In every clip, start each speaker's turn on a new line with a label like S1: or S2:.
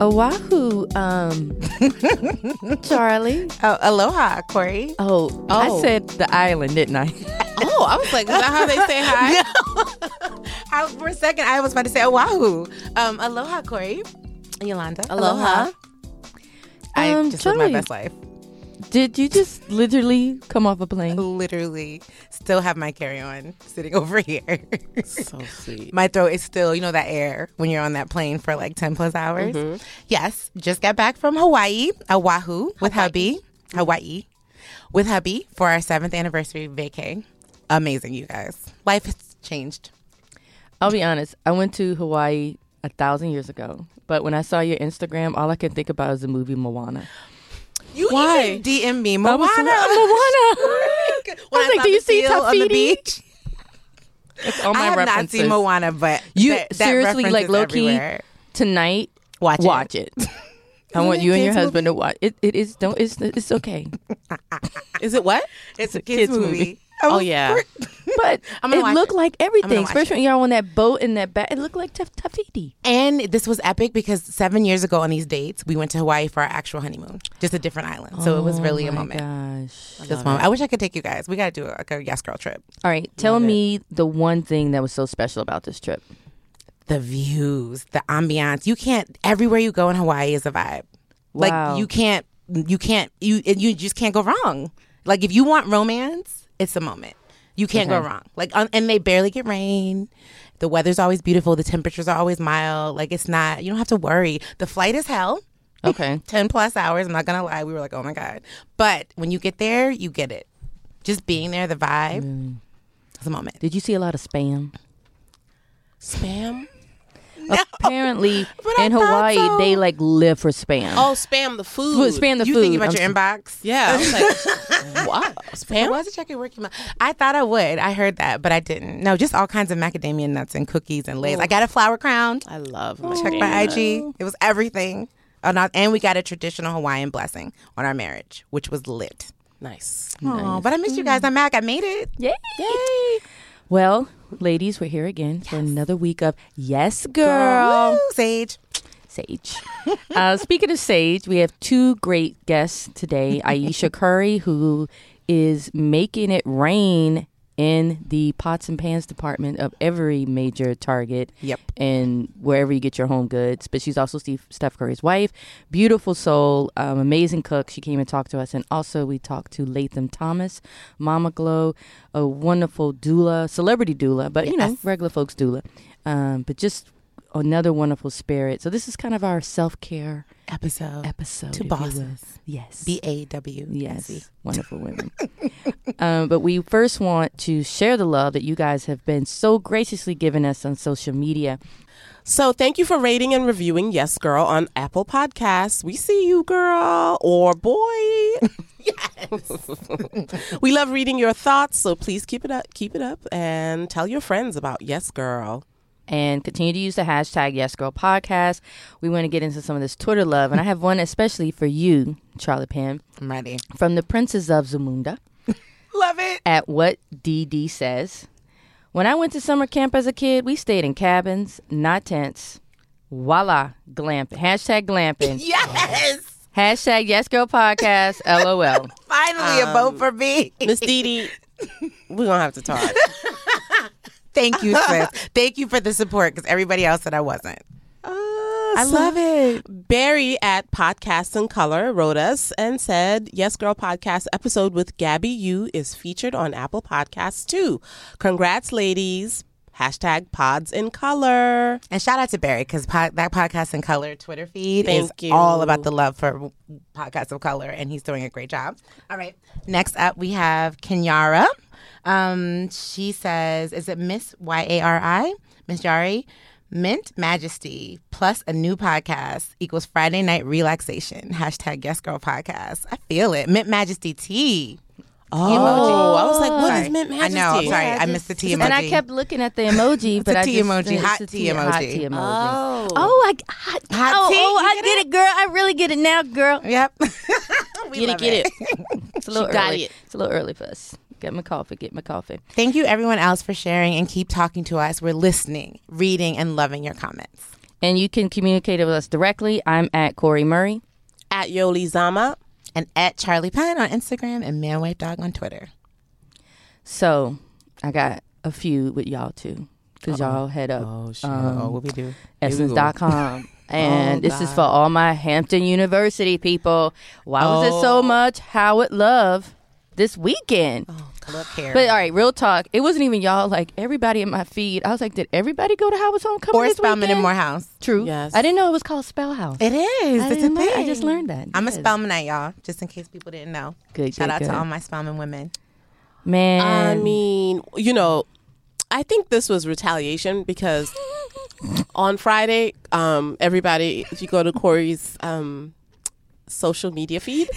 S1: Oahu, um, Charlie.
S2: Oh, aloha, Corey.
S1: Oh,
S2: Oh.
S1: I said the island, didn't I?
S2: Oh, I was like, is that how they say hi? no. I, for a second, I was about to say Oahu. Um, aloha, Corey. Yolanda. I
S1: Um,
S2: just lived
S1: Charlie.
S2: my best life.
S1: Did you just literally come off a plane?
S2: Literally, still have my carry on sitting over here.
S1: So sweet.
S2: my throat is still, you know, that air when you're on that plane for like 10 plus hours. Yes, just got back from Hawaii, Oahu, with hubby, Hawaii, with hubby for our seventh anniversary vacay. Amazing, you guys. Life has changed.
S1: I'll be honest. I went to Hawaii a thousand years ago, but when I saw your Instagram, all I could think about was the movie Moana.
S2: You
S1: Why?
S2: even DM me,
S1: I
S2: Moana.
S1: was like, Moana.
S2: When
S1: I was like, do
S2: saw the
S1: you see
S2: seal on the
S1: Tafiti?
S2: beach?
S1: It's all
S2: I
S1: my
S2: have not
S1: references.
S2: seen Moana, but
S1: You
S2: that, that
S1: seriously
S2: reference
S1: like
S2: is
S1: low key
S2: everywhere.
S1: tonight.
S2: Watch it.
S1: Watch it. I want
S2: it a
S1: you and your
S2: kids'
S1: husband to watch it. It is don't. It's it's okay.
S3: Is it what?
S2: It's a
S1: kids'
S2: kids
S1: movie.
S2: movie.
S3: Oh, yeah.
S1: But
S2: I'm gonna
S1: it
S2: watch
S1: looked
S2: it.
S1: like everything,
S2: watch
S1: especially when y'all on that boat in that back. It looked like Tef- Tafiti.
S2: And this was epic because seven years ago on these dates, we went to Hawaii for our actual honeymoon, just a different island. So it was really a
S1: my
S2: moment.
S1: Gosh.
S2: This moment. Oh I wish I could take you guys. We gotta do like a yes girl trip.
S1: All right, tell me the one thing that was so special about this trip.
S2: The views, the ambiance. You can't. Everywhere you go in Hawaii is a vibe.
S1: Wow.
S2: Like you can't. You can't. You and you just can't go wrong. Like if you want romance, it's a moment. You can't
S1: Okay.
S2: go wrong. Like on, and they barely get rain. The weather's always beautiful. The temperatures are always mild. Like it's not. You don't have to worry. The flight is hell.
S1: Okay.
S2: 10 plus hours. I'm not going to lie. We were like, oh my God. But when you get there, you get it. Just being there, the vibe,
S1: Mm.
S2: it's a moment.
S1: Did you see a lot of spam?
S3: Spam?
S1: Apparently,
S2: Oh, but I
S1: in
S2: thought
S1: Hawaii,
S2: so.
S1: they like live for spam.
S3: Oh, spam the food.
S1: Food- spam the
S2: you
S1: food.
S2: think about
S1: I'm
S2: your
S1: s-
S2: inbox?
S3: Yeah. I was like, wow.
S2: I
S3: Spam?
S2: was checking working. I thought I would. I heard that, but I didn't. No, just all kinds of macadamia nuts and cookies and lays. I got a flower crown.
S3: I love
S2: Check my IG. It was everything. And, I, and we got a traditional Hawaiian blessing on our marriage, which was lit.
S3: Nice.
S2: Aw, but I missed you guys. I'm back. I made it.
S1: Yay! Yay! Well, ladies, we're here again for another week of Yes, Girl.
S2: Woo, Sage.
S1: Sage. uh, speaking of Sage, we have two great guests today Aisha Curry, who is making it rain in the pots and pans department of every major Target.
S2: Yep.
S1: And wherever you get your home goods. But she's also Steve, Steph Curry's wife. Beautiful soul, um, amazing cook. She came and talked to us. And also, we talked to Latham Thomas, Mama Glow, a wonderful doula, celebrity doula, but you know, regular folks doula. Um, but just another wonderful spirit. So this is kind of our self care
S2: Episode.
S1: episode. if
S2: Two
S1: you
S2: bosses.
S1: will. Yes.
S2: B A W. S E.
S1: Yes, wonderful women. um, but we first want to share the love that you guys have been so graciously giving us on social media.
S3: So thank you for rating and reviewing Yes Girl on Apple Podcasts. We see you, girl or boy. we love reading your thoughts, so please keep it up, keep it up, and tell your friends about Yes Girl.
S1: And continue to use the hashtag Yes Girl Podcast. We want to get into some of this Twitter love. And I have one especially for you, Charlie Pan,
S2: I'm ready.
S1: from the Princess of Zamunda.
S2: Love it.
S1: at what DD says. When I went to summer camp as a kid, we stayed in cabins, not tents. Voila, glamp. Hashtag glamping.
S2: Yes.
S1: Hashtag yes girl podcast. LOL.
S2: Finally, a vote for me.
S3: Miss Dee Dee, we're gonna have to talk.
S2: Thank you, sis. Thank you for the support because everybody else said I wasn't.
S3: I
S2: it.
S3: Barry at Podcast in Color wrote us and said, Yes Girl Podcast episode with Gabby U is featured on Apple Podcasts too. Congrats, ladies. Hashtag Pods in Color.
S2: And shout out to Barry because po- that podcast in color Twitter feed is
S3: Thank you.
S2: all about the love for podcasts of color, and he's doing a great job. All right. Next up, we have Kenyara. Um, she says, "Is it Miss Y A R I Miss Yari?" Mint Majesty plus a new podcast equals Friday night relaxation. Hashtag Yes Girl Podcast. I feel it. Mint Majesty T.
S3: Oh, I was like, what is
S2: Sorry.
S3: Mint
S2: I
S3: Majesty?
S2: know. I'm sorry.
S1: Yeah,
S2: I
S1: just-
S2: missed the T emoji.
S1: And I kept looking at the emoji, but
S2: a
S1: I
S2: tea
S1: just,
S2: emoji,
S1: it's
S2: hot
S1: a
S2: tea
S1: Hot
S2: emoji.
S1: tea emoji.
S3: Oh.
S1: oh, I hot,
S2: Hot
S1: oh,
S2: tea,
S1: oh,
S2: you
S1: I
S2: get
S1: get it, girl. I really get it now, girl.
S2: Yep.
S3: Get it, get it.
S1: It's a little
S3: got
S1: early.
S3: it.
S1: It's a little early for us. Get my coffee. Get my coffee.
S2: Thank you, everyone else, for sharing and keep talking to us. We're listening, reading, and loving your comments.
S1: And you can communicate with us directly. I'm at Corey Murray.
S3: At Yoli Zama.
S2: and at Charlie Penn on Instagram and Man Wife Dog on Twitter.
S1: So I got a feud with y'all too. Because y'all head up
S2: shit! oh, what we Oh, do?
S1: essence.com. And this is for all my Hampton University people. Why was it
S2: Oh.
S1: so much Howard Love this weekend?
S2: Look here.
S1: But all right, real talk. It wasn't even y'all. Like everybody in my feed, I was like, did everybody go to Howard's homecoming
S2: or
S1: this
S2: Spellman and
S1: weekend?
S2: Morehouse.
S1: True.
S3: Yes.
S1: I didn't know it was called Spell House.
S2: It is.
S1: I,
S2: it's a
S1: didn't learn-
S2: thing.
S1: I just learned that.
S2: I'm a
S1: Yes.
S2: Spellmanite, y'all, just in case people didn't know.
S1: Good,
S2: Shout
S1: good,
S2: out
S1: good.
S2: to all my Spellman women.
S1: man.
S3: I mean, you know, I think this was retaliation because on Friday, um, everybody, if you go to Corey's um, social media feed,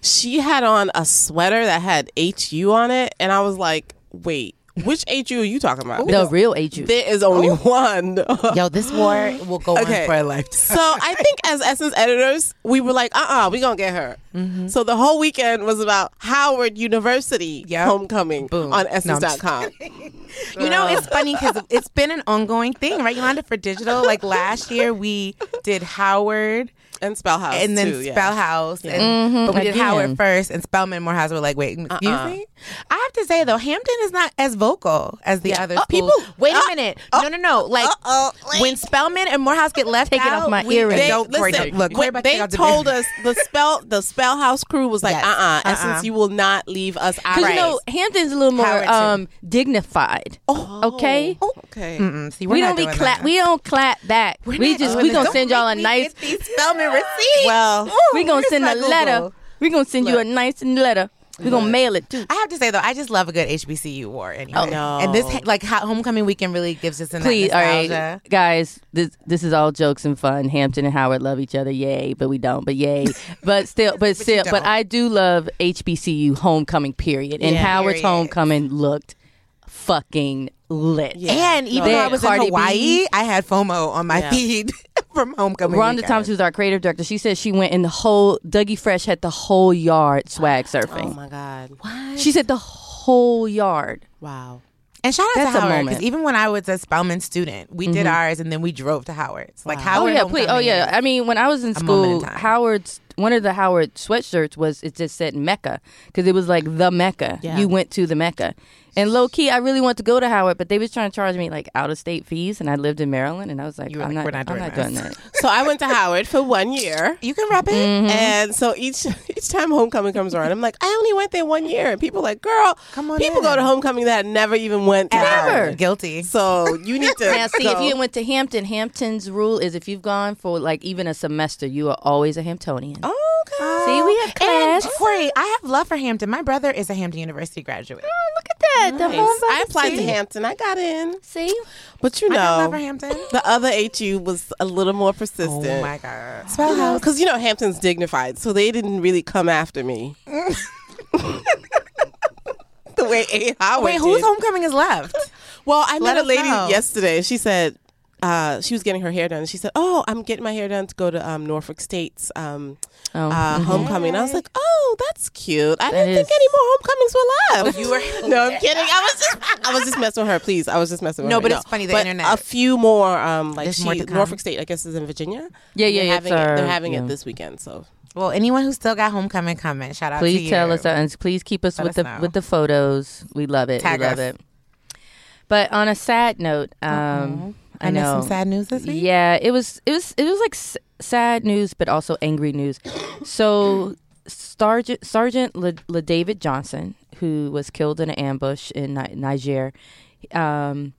S3: she had on a sweater that had HU on it. And I was like, wait, which HU are you talking about?
S1: the
S3: Because
S1: real age.
S3: there is only one.
S2: Yo, this war will go
S3: Okay.
S2: on for a lifetime.
S3: So I think as Essence editors, we were like, uh uh-uh, uh, we gonna get her.
S2: Mm-hmm.
S3: So the whole weekend was about Howard University
S2: Yep.
S3: homecoming
S2: Boom.
S3: on
S2: No, I'm just
S3: Essence.com.
S2: You know, it's funny because it's been an ongoing thing, right, Yolanda, for digital. Like last year, we did Howard
S3: and Spell House.
S2: and then
S3: too, yeah.
S2: Spell House. And, but we
S1: Mm-hmm.
S2: did
S1: again. Uh-uh.
S2: Howard first, and Spellman and Morehouse were like, wait, excuse me? I have to say, though, Hampton is not as vocal as the
S1: Uh,
S2: other schools.
S3: people-
S2: wait
S1: Ah!
S2: a minute. no, no, no. Like,
S3: uh-oh, like-
S2: when Spellman and Morehouse get left
S1: Take it
S2: out,
S1: off my
S2: we-
S1: earring.
S3: They,
S2: Don't worry,
S3: listen,
S2: don't- look,
S3: when
S2: Corey about to
S3: they
S2: take out the-
S3: told us the spell the spell house crew was like,
S2: Yes.
S3: uh uh
S2: Uh-uh.
S3: Essence, you will not leave us out.
S1: Because you know, Hampton's a little more
S2: Howard, too.
S1: um, dignified.
S3: Oh.
S1: okay.
S3: Okay.
S2: Mm, see, we're
S1: We
S2: not
S1: don't be
S2: doing
S1: clap.
S2: that.
S1: We don't clap back. we
S2: not
S1: just
S2: doing
S1: we
S2: that.
S1: gonna
S2: Don't
S1: send y'all a
S2: make me
S1: nice.
S2: get these Spellman receipts.
S3: Well,
S2: Ooh,
S1: We gonna
S2: where's
S1: send
S2: my
S1: a letter.
S2: Google?
S1: We gonna send you a nice letter. We gonna mail it too.
S2: I have to say though, I just love a good HBCU
S1: Oh,
S2: war anyway.
S3: no.
S2: And this like ho- homecoming weekend really gives us an
S1: Please, all
S2: nostalgia.
S1: right, guys. This this is all jokes and fun. Hampton and Howard love each other, yay! But we don't. But yay! But still, but, still, but
S2: don't.
S1: I do love HBCU homecoming period. And
S2: Yeah.
S1: Howard's
S2: Period.
S1: homecoming looked fucking lit.
S2: And even though I
S1: That
S2: was
S1: Cardi B-
S2: in Hawaii, I had FOMO on my
S3: Yeah.
S2: feed from homecoming.
S1: Rhonda
S2: weekend.
S1: Thomas, who's our creative director, she said she went in the whole Dougie Fresh had the whole yard swag surfing.
S3: Oh my God.
S1: she said the whole yard.
S3: Wow.
S2: And shout out
S1: That's a
S2: to Howard
S1: moment. Mm-hmm.
S2: because even when I was a Spelman student, we did ours and then we drove to Howard's. Like Howard.
S1: oh yeah, please. Oh
S2: homecoming
S1: yeah.
S2: is-
S1: I mean, when I was in
S2: moment in
S1: school,
S2: time.
S1: Howard's one of the Howard sweatshirts was it just said Mecca because it was like the Mecca.
S3: Yeah.
S1: You went to the Mecca, and low key, I really wanted to go to Howard, but they was trying to charge me like out of state fees, and I lived in Maryland, and I was like,
S2: were
S1: I'm not,
S2: like, we're not
S1: I'm
S2: doing
S1: not doing
S2: this.
S1: that.
S3: So I went to Howard for one year.
S2: You can rep it.
S1: Mm-hmm.
S3: And so each each time homecoming comes around, I'm like, I only went there one year, and people like, girl,
S2: Come on
S3: people
S2: in.
S3: go to homecoming that never even went. To
S2: Ever.
S3: Howard.
S2: Guilty.
S3: So you need to
S1: Now, see, if
S3: go.
S1: you went to Hampton, Hampton's rule is if you've gone for like even a semester, you are always a Hamptonian.
S3: Oh, okay.
S1: See, we have
S2: And
S1: class.
S2: Corey, I have love for Hampton. My brother is a Hampton University graduate.
S1: look at that. The home
S3: I applied to Hampton. I got in,
S1: See,
S3: but you
S2: I got love for
S3: know,
S2: Hampton.
S3: the other HU was a little more persistent.
S2: Oh my god.
S3: You know, Cause you know Hampton's dignified, so they didn't really come after me. the way A Howard.
S2: Wait, whose
S3: did.
S2: homecoming is left?
S3: Well, I
S2: Let
S3: met a
S2: us
S3: lady
S2: know.
S3: yesterday. She said uh, she was getting her hair done. She said, "Oh, I'm getting my hair done to go to um, Norfolk State's um,
S1: Oh,
S3: uh, homecoming." And I was like, "Oh, that's cute." I didn't think
S1: is-
S3: any more homecomings were left.
S2: Oh, you were-
S3: no, I'm kidding. I was just, I was just messing with her. Please, I was just messing with
S2: No,
S3: her.
S2: but it's funny, the internet.
S3: A few more, um, like
S2: There's
S3: she,
S2: more to come.
S3: Norfolk State, I guess, is in Virginia.
S1: Yeah, yeah,
S3: they're
S1: yeah, it's
S3: Having it,
S1: our-
S3: they're having
S1: yeah.
S3: it this weekend. So
S2: Well, anyone who still got homecoming coming, shout out to
S1: please
S2: you.
S1: tell us, uh, and please keep us
S2: Let
S1: with
S2: us
S1: the
S2: know.
S1: with the photos. We love it.
S2: Tag
S1: we love
S2: us.
S1: it. But on a sad note, um, I,
S2: I know
S1: know
S2: some sad news this week.
S1: Yeah, it was it was it was like s- sad news, but also angry news. So Sergeant Sergeant Le, Le David Johnson, who was killed in an ambush in Ni- Niger, um,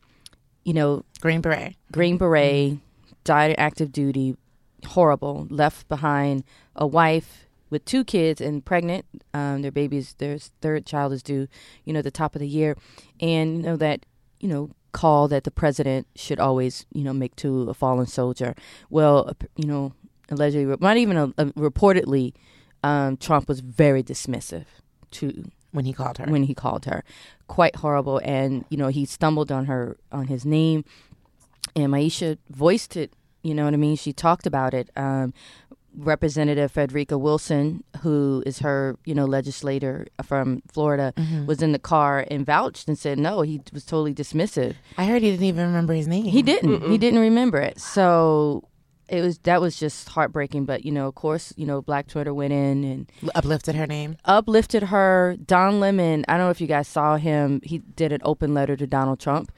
S1: you know,
S2: Green Beret.
S1: Green Beret, died in active duty, horrible, left behind a wife with two kids and pregnant. Um, their babies, their third child is due, you know, at the top of the year. And, you know, that, you know, call that the president should always, you know, make to a fallen soldier. Well, ap- you know, allegedly, not even uh uh reportedly, um, Trump was very dismissive to
S2: When he called her.
S1: when he called her. Quite horrible. And, you know, he stumbled on her on his name and Maisha voiced it, you know what I mean? She talked about it. Um Representative Frederica Wilson, who is her, you know, legislator from Florida, was in the car and vouched and said no. He was totally dismissive.
S2: I heard he didn't even remember his name.
S1: He didn't. He didn't remember it. So it was that was just heartbreaking. But you know, of course, you know, Black Twitter went in and
S2: uplifted her name.
S1: uplifted her. Don Lemon, I don't know if you guys saw him. He did an open letter to Donald Trump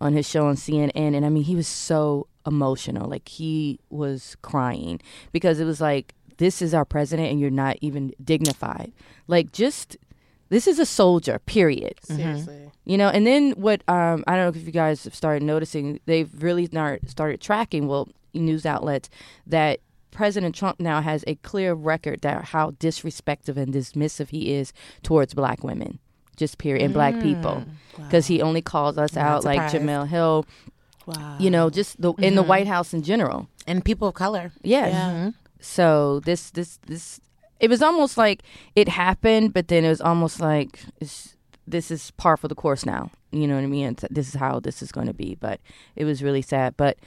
S1: on his show on CNN, and I mean, he was so emotional. Like he was crying because it was like, this is our president, and you're not even dignified. Like just. This is a soldier, period.
S2: Mm-hmm.
S3: Seriously.
S1: You know, and then what um, I don't know if you guys have started noticing, they've really not started tracking, well, news outlets, that President Trump now has a clear record that how disrespectful and dismissive he is towards black women, just period, and black people. Because he only calls us out like
S2: Mm. surprised.
S1: Jamel Hill,
S3: Wow.
S1: you know, just the, in the White House in general.
S2: And people of color. Mm-hmm.
S1: Yeah. So this, this, this, it was almost like it happened, but then it was almost like it's, this is par for the course now. You know what I mean? It's, this is how this is going to be. But it was really sad. But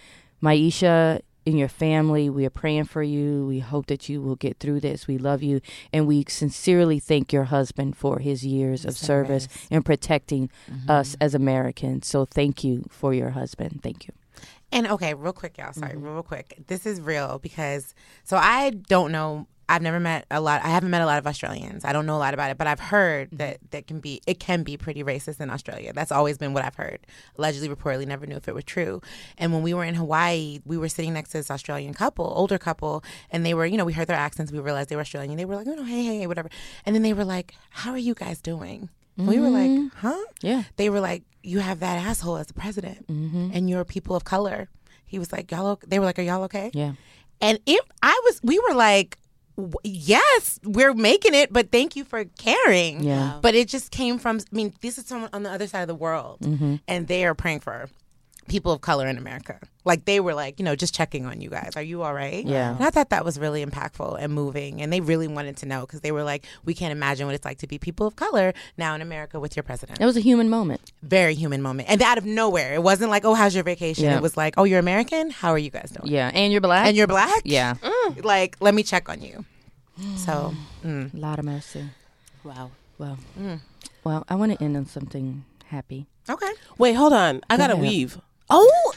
S1: Maisha and your family, we are praying for you. We hope that you will get through this. We love you. And we sincerely thank your husband for his years of service and protecting us as Americans. So thank you for your husband. Thank you.
S2: And okay, real quick, y'all. Sorry, real quick. This is real because so I don't know. I've never met a lot. I haven't met a lot of Australians. I don't know a lot about it, but I've heard that that can be it can be pretty racist in Australia. That's always been what I've heard. Allegedly, reportedly, never knew if it were true. And when we were in Hawaii, we were sitting next to this Australian couple, older couple, and they were, you know, we heard their accents. We realized they were Australian. They were like, oh no, hey, hey, whatever. And then they were like, how are you guys doing? And We were like, huh?
S1: Yeah.
S2: they were like, "You have that asshole as the president,
S1: Mm-hmm.
S2: and you're people of color." He was like, "Y'all," o-" they were like, "Are y'all okay?"
S1: Yeah.
S2: And if I was, we were like, w- "Yes, we're making it," but thank you for caring.
S1: Yeah.
S2: But it just came from. I mean, this is someone on the other side of the world,
S1: Mm-hmm.
S2: and they are praying for people of color in America. Like they were like, you know, just checking on you guys. Are you all right?
S1: Yeah.
S2: And I thought that was really impactful and moving, and they really wanted to know because they were like, "We can't imagine what it's like to be people of color now in America with your president."
S1: It was a human moment.
S2: very human moment and out of nowhere it wasn't like oh how's your vacation
S1: Yeah.
S2: it was like oh you're american how are you guys doing
S1: Yeah. And you're black.
S2: and you're black
S1: Yeah.
S2: Mm. like let me check on you so mm.
S1: A lot of mercy.
S3: Wow.
S1: Well, well, I want to end on something happy.
S2: okay
S3: Wait, hold on. I gotta
S1: ahead.
S3: weave.
S2: oh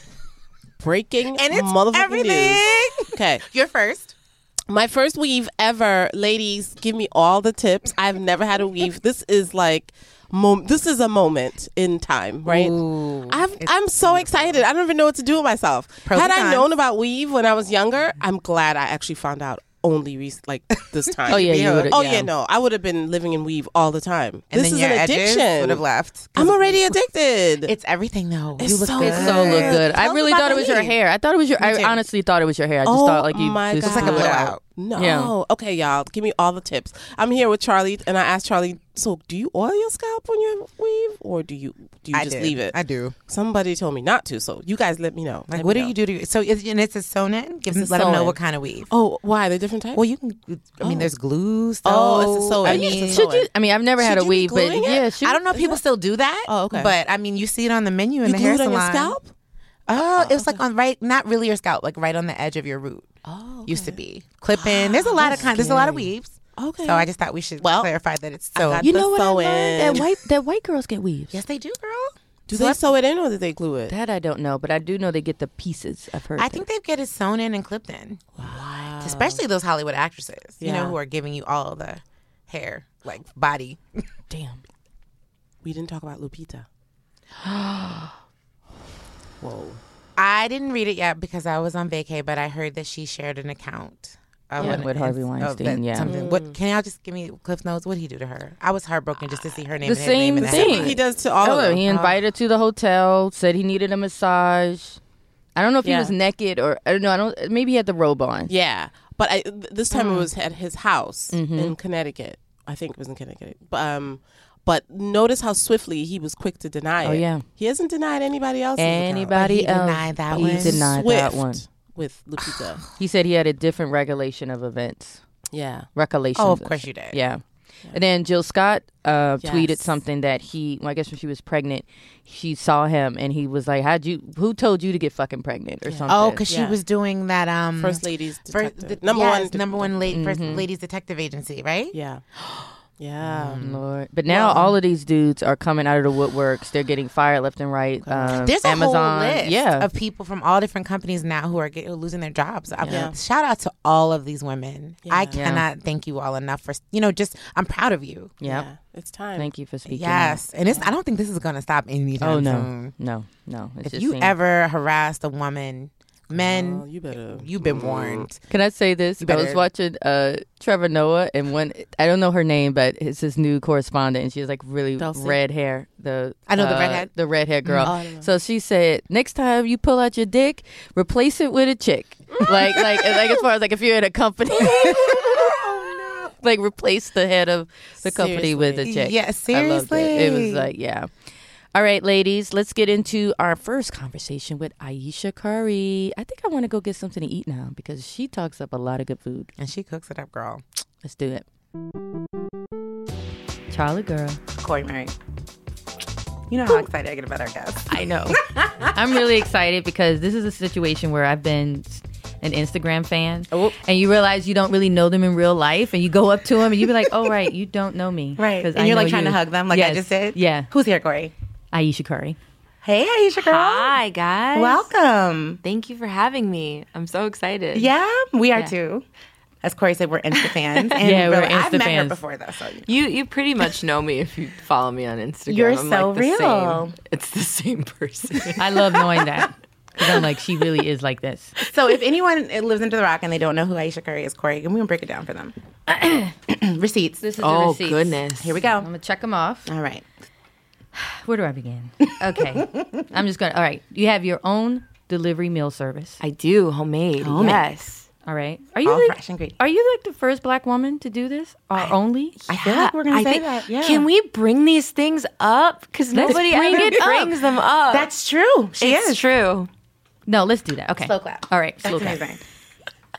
S3: Breaking
S2: and it's
S3: motherfucking
S2: everything
S3: news. Okay.
S2: you're first
S3: My first weave ever, ladies. Give me all the tips. I've never had a weave. This is like, mom- this is a moment in time, right? I've, I'm so excited. I don't even know what to do with myself.
S2: Pros
S3: had
S2: and
S3: I
S2: cons.
S3: known about weave when I was younger, I'm glad I actually found out only re- like this time.
S1: Oh, yeah, you would've-
S3: oh
S1: yeah.
S3: yeah, no, I would have been living in weave all the time.
S2: and
S3: this
S2: then
S3: is
S2: your
S3: an
S2: edges would have
S3: addiction.
S2: left
S3: I'm already addicted.
S2: it's everything though
S3: It's
S2: you look
S3: so
S2: good.
S1: It so look good.
S3: Tell
S1: I
S3: us
S1: really
S3: about
S1: thought it
S3: the
S1: was your
S3: weave.
S1: hair. I thought it was your. I
S2: too.
S1: honestly thought it was your hair. I just
S3: Oh
S1: thought like you. just
S2: It's like a
S1: blew it out.
S2: blowout.
S3: No.
S1: Yeah.
S3: Okay, y'all. Give me all the tips. I'm here with Charlie, and I asked Charlie, so do you oil your scalp when you weave, or do you do you
S2: I
S3: just
S2: did.
S3: leave it?
S2: I do.
S3: Somebody told me not to, so you guys let me know.
S2: Like,
S3: Let
S2: what do
S3: me know.
S2: you do to your, so? Is, and it's a sonin. Give them,
S1: a
S2: let them know
S1: sewn.
S2: what kind of weave.
S3: Oh, why the different types?
S2: Well, you can. I mean, there's glue. Sew.
S3: Oh, it's a sewn.
S2: I
S3: Are you-
S2: mean,
S3: It's a
S1: Should you? I mean, I've never had
S3: Should
S1: a
S3: you be
S1: weave, but
S3: gluing it?
S1: yeah, should,
S2: I don't know if people still do that.
S3: Oh, okay.
S2: But I mean, you see it on the menu in
S3: you
S2: the
S3: glue
S2: hair
S3: it on
S2: salon.
S3: your scalp.
S2: Oh, it was like on right, not really your scalp, like right on the edge of your root.
S3: Oh,
S2: Used to be clipping. There's a lot of kind. There's a lot of weaves.
S3: Okay.
S2: So I just thought we should
S3: Ah, Well,
S2: clarify that it's so.
S3: got-
S1: You
S3: the
S1: know what? I learned?
S3: sewing.
S1: That white that white girls get weaves.
S2: yes, they do, girl.
S3: do they sew it in or do they glue it?
S1: That I don't know, but I do know they get the pieces. I've heard.
S2: I
S1: that.
S2: think they get it sewn in and clipped in,
S3: Wow.
S2: especially those Hollywood actresses. You
S3: Yeah.
S2: know who are giving you all the hair, like body.
S1: Damn.
S3: We didn't talk about Lupita. Whoa.
S2: I didn't read it yet because I was on vacay, but I heard that she shared an account. Of
S1: Yeah,
S2: an
S1: with Harvey
S2: ins- of
S1: Weinstein,
S2: that
S1: yeah.
S2: Something.
S3: Mm.
S2: What can y'all just give me Cliff Notes? What would he do to her? I was heartbroken just to see her name.
S1: The
S2: and his name
S1: same
S2: in that.
S1: thing.
S3: He does to all
S1: Oh,
S3: of them.
S1: he invited her to the hotel. Said he needed a massage. I don't know if
S3: Yeah.
S1: he was naked or I don't know. I don't. Maybe he had the robe on.
S3: Yeah, but I, th- this time
S1: Mm.
S3: it was at his house
S1: Mm-hmm.
S3: in Connecticut. I think it was in Connecticut. But, um, but notice how swiftly he was quick to deny
S1: Oh,
S3: it.
S1: yeah.
S3: he hasn't denied anybody else.
S1: Anybody
S2: But he
S1: else?
S2: denied that
S1: he
S2: one.
S1: denied
S3: Swift
S1: that one.
S3: with Lupita.
S1: He said he had a different regulation of events.
S3: yeah,
S1: Recolation.
S2: Oh, of course you did.
S1: Yeah. And then Jill Scott uh, tweeted
S3: Yes.
S1: something that he, well, I guess when she was pregnant, she saw him and he was like, "How'd you? Who told you to get fucking pregnant or something?"
S2: Oh, because
S3: Yeah.
S2: she was doing that.
S1: Mm.
S2: Um,
S3: First Ladies
S2: first-
S3: Detective.
S2: the-
S3: number
S2: yes,
S3: one. de-
S2: number one, la-
S1: Mm-hmm.
S2: first ladies detective agency, right?
S3: Yeah. Yeah.
S2: Mm.
S1: Lord. But now all of these dudes are coming out of the woodworks. They're getting fired left and right. Um,
S2: There's a
S1: Amazon,
S2: whole list
S1: yeah.
S2: of people from all different companies now who are, get, who are losing their jobs. Um,
S3: Yeah.
S2: Shout out to all of these women. I
S3: Yeah.
S1: Yeah.
S2: cannot thank you all enough for you know just I'm proud of you.
S1: Yep.
S3: Yeah. It's time.
S1: Thank you for speaking.
S2: Yes, and it's I don't think this is going to stop anytime
S1: Oh no,
S2: soon.
S1: no, no. It's
S2: If
S1: just
S2: you
S1: seen-
S2: ever harassed a woman, men,
S3: Oh, you better.
S2: you've been warned.
S1: Can I say this? I was
S2: better-
S1: watching uh, Trevor Noah and one I don't know her name, but it's his new correspondent, and she has like really
S3: Dulcie?
S1: red hair. The
S2: I know the
S1: uh,
S2: redhead. Mm, oh,
S1: the redhead girl.
S3: I don't know.
S1: so she said, next time you pull out your dick, replace it with a chick.
S2: Mm.
S1: like like like as far as like if you're in a company,
S2: Oh,
S1: like replace the head of the company with a chick.
S2: Yeah,
S1: I loved
S2: seriously.
S1: it. It was like yeah. All right, ladies, let's get into our first conversation with Aisha Curry. I think I want to go get something to eat now because she talks up a lot of good food.
S2: and she cooks it up, girl.
S1: Let's do it. Charlie girl.
S2: Corey Murray. You know how excited I get about our guests.
S1: I know. I'm really excited because this is a situation where I've been s- an Instagram fan
S2: Oh.
S1: and you realize you don't really know them in real life and you go up to them and you be like, "Oh right, you don't know me."
S2: Right.
S1: 'Cause
S2: And
S1: I
S2: you're
S1: know
S2: like trying
S1: you."
S2: to hug them, like I
S1: Yes.
S2: just did.
S1: Yeah.
S2: Who's here, Corey?
S1: Aisha Curry.
S2: Hey, Aisha girl.
S4: Hi, guys.
S2: Welcome.
S4: Thank you for having me. I'm so excited.
S2: Yeah, we are too. As Corey said, we're Insta fans. And
S1: Yeah, we're
S2: really- I've
S1: Insta
S2: met her
S1: fans.
S2: before though, so you know.
S4: You you pretty much know me if you follow me on Instagram.
S2: You're
S4: I'm
S2: so
S4: like the
S2: real.
S4: Same, it's the same person.
S1: I love knowing that. Cuz I'm like she really is like this.
S2: So if anyone lives under the rock and they don't know who Aisha Curry is, Corey, and we gonna break it down for them. Receipts.
S1: This is
S4: oh goodness.
S2: Here we
S1: I'm
S2: go.
S1: going to check them off.
S2: All right.
S1: Where do I begin? Okay. I'm just going to All right. You have your own delivery meal service.
S4: I do homemade. Yes.
S1: All right. Are you
S2: All
S1: like,
S2: fresh and green.
S1: Are you like the first black woman to do this? Or only?
S2: I feel like we're gonna
S4: I
S2: say
S4: think-
S2: that. Yeah.
S4: Can we bring these things up? Because nobody
S1: bring
S4: ever
S1: it up.
S4: brings them up.
S2: That's true. She
S4: it's
S2: is.
S4: true.
S1: no, let's do that. Okay.
S2: Slow clap.
S1: All right.
S2: That's
S1: Slow clap.
S2: amazing.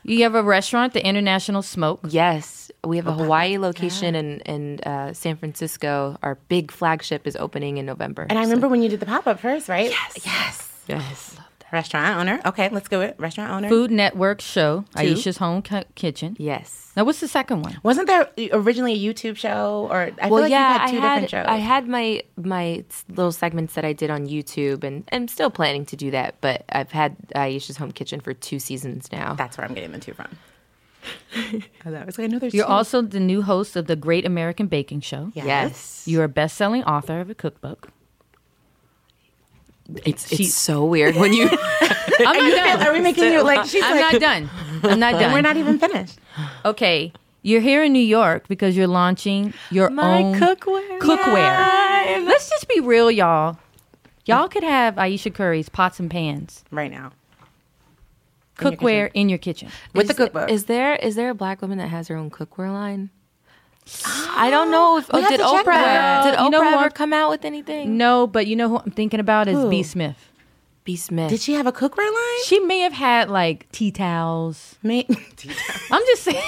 S1: You have a restaurant, the International Smoke.
S4: Yes, we have a Hawaii location and and uh, San Francisco. Our big flagship is opening in November.
S2: And I remember when you did the pop up first, right? Yes. Yes.
S4: yes.
S2: Restaurant owner. Okay, let's go with restaurant owner.
S1: Food Network show, Aisha's Home Ki- Kitchen.
S4: Yes.
S1: Now, what's the second one?
S2: Wasn't there originally a YouTube show, or I feel like you
S4: I
S2: had two
S4: had,
S2: different shows?
S4: I had my my s- little segments that I did on YouTube, and I'm still planning to do that. But I've had uh, Aisha's Home Kitchen for two seasons now.
S2: That's where I'm getting the two from. I was like, I know there's
S1: You're
S2: two.
S1: also the new host of the Great American Baking Show.
S2: Yeah.
S4: yes,
S1: You're a best selling author of a cookbook.
S4: it's
S1: she-
S4: it's so weird when you.
S1: I'm not done.
S2: Are we making you like she's
S1: I'm
S2: like
S1: not done. I'm not done.
S2: we're not even finished.
S1: okay. You're here in New York because you're launching your
S4: My
S1: own
S4: cookware.
S1: Cookware. Let's just be real, y'all. Y'all could have Aisha Curry's pots and pans,
S2: Right now.
S1: cookware in your kitchen.
S2: With
S4: Is-
S2: the cookbook.
S4: is there is there a black woman that has her own cookware line? I don't know if oh,
S2: have
S4: did
S2: to check
S4: Oprah
S2: that.
S4: did
S1: Well, you
S4: Oprah
S1: know
S4: ever
S1: what?
S4: come out with anything?
S1: No, but you know who I'm thinking about is B.
S2: Who?
S1: Smith.
S4: B. Smith.
S2: Did she have a cookware line?
S1: She may have had like tea towels.
S2: Me.
S1: I'm just saying.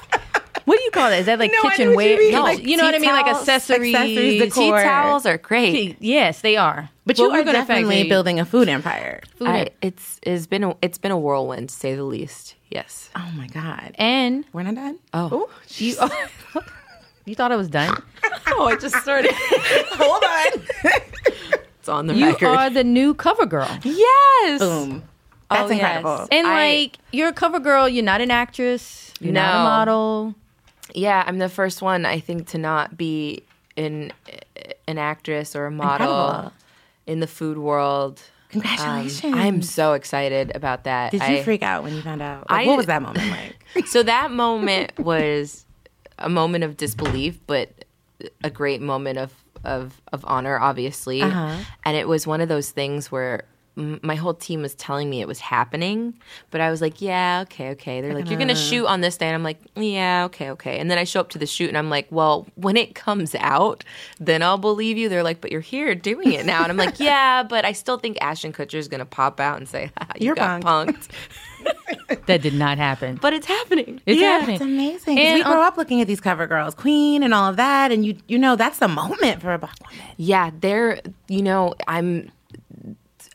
S1: what do you call that? Is that like
S2: No, I know
S1: kitchen
S2: what
S1: wear?
S2: you mean.
S1: No,
S2: Like
S1: you know what I mean, like
S4: tea towels,
S1: accessories.
S2: accessories,
S4: tea
S2: decor.
S4: towels are great.
S1: Tea- Yes, they are.
S2: But
S1: Well,
S2: you
S1: we're
S2: are
S1: gonna affect
S2: definitely
S1: the
S2: building a food empire.
S1: food
S4: I,
S1: in-
S4: it's it's been a, it's been a whirlwind to say the least. Yes.
S2: Oh my god.
S1: and
S2: We're not done.
S4: Oh.
S2: Ooh,
S1: you. you thought I was done.
S4: Oh, I just started.
S2: hold on.
S4: it's on the
S1: You
S4: record.
S1: are the new cover girl.
S4: yes.
S2: Boom. That's
S4: Oh,
S2: incredible.
S4: yes.
S1: And
S4: I-
S1: like you're a cover girl, you're not an actress, you're not a
S4: No.
S1: model.
S4: Yeah, I'm the first one I think to not be in an actress or a model
S2: Incredible.
S4: in the food world. Um,
S2: Congratulations.
S4: I'm so excited about that.
S2: Did you
S4: I-
S2: freak out when you found out? Like,
S4: I-
S2: what was that moment like?
S4: so that moment was a moment of disbelief, but a great moment of of, of honor, obviously. And it was one of those things where m- my whole team was telling me it was happening, but I was like, "Yeah, okay, okay." They're like, "You're gonna shoot on this day," and I'm like, "Yeah, okay, okay." And then I show up to the shoot, and I'm like, "Well, when it comes out, then I'll believe you." They're like, "But you're here doing it now," and I'm like, "Yeah, but I still think Ashton Kutcher is gonna pop out and say, ha, you
S2: You're
S4: got
S2: punked."
S4: punked.
S1: that did not happen.
S4: but it's happening.
S1: it's
S4: yeah.
S1: happening.
S2: It's amazing. 'cause
S1: And
S2: we
S1: on-
S2: grow up looking at these cover girls, Queen and all of that, and you you know that's the moment for a black woman.
S4: Yeah, they're you know, I'm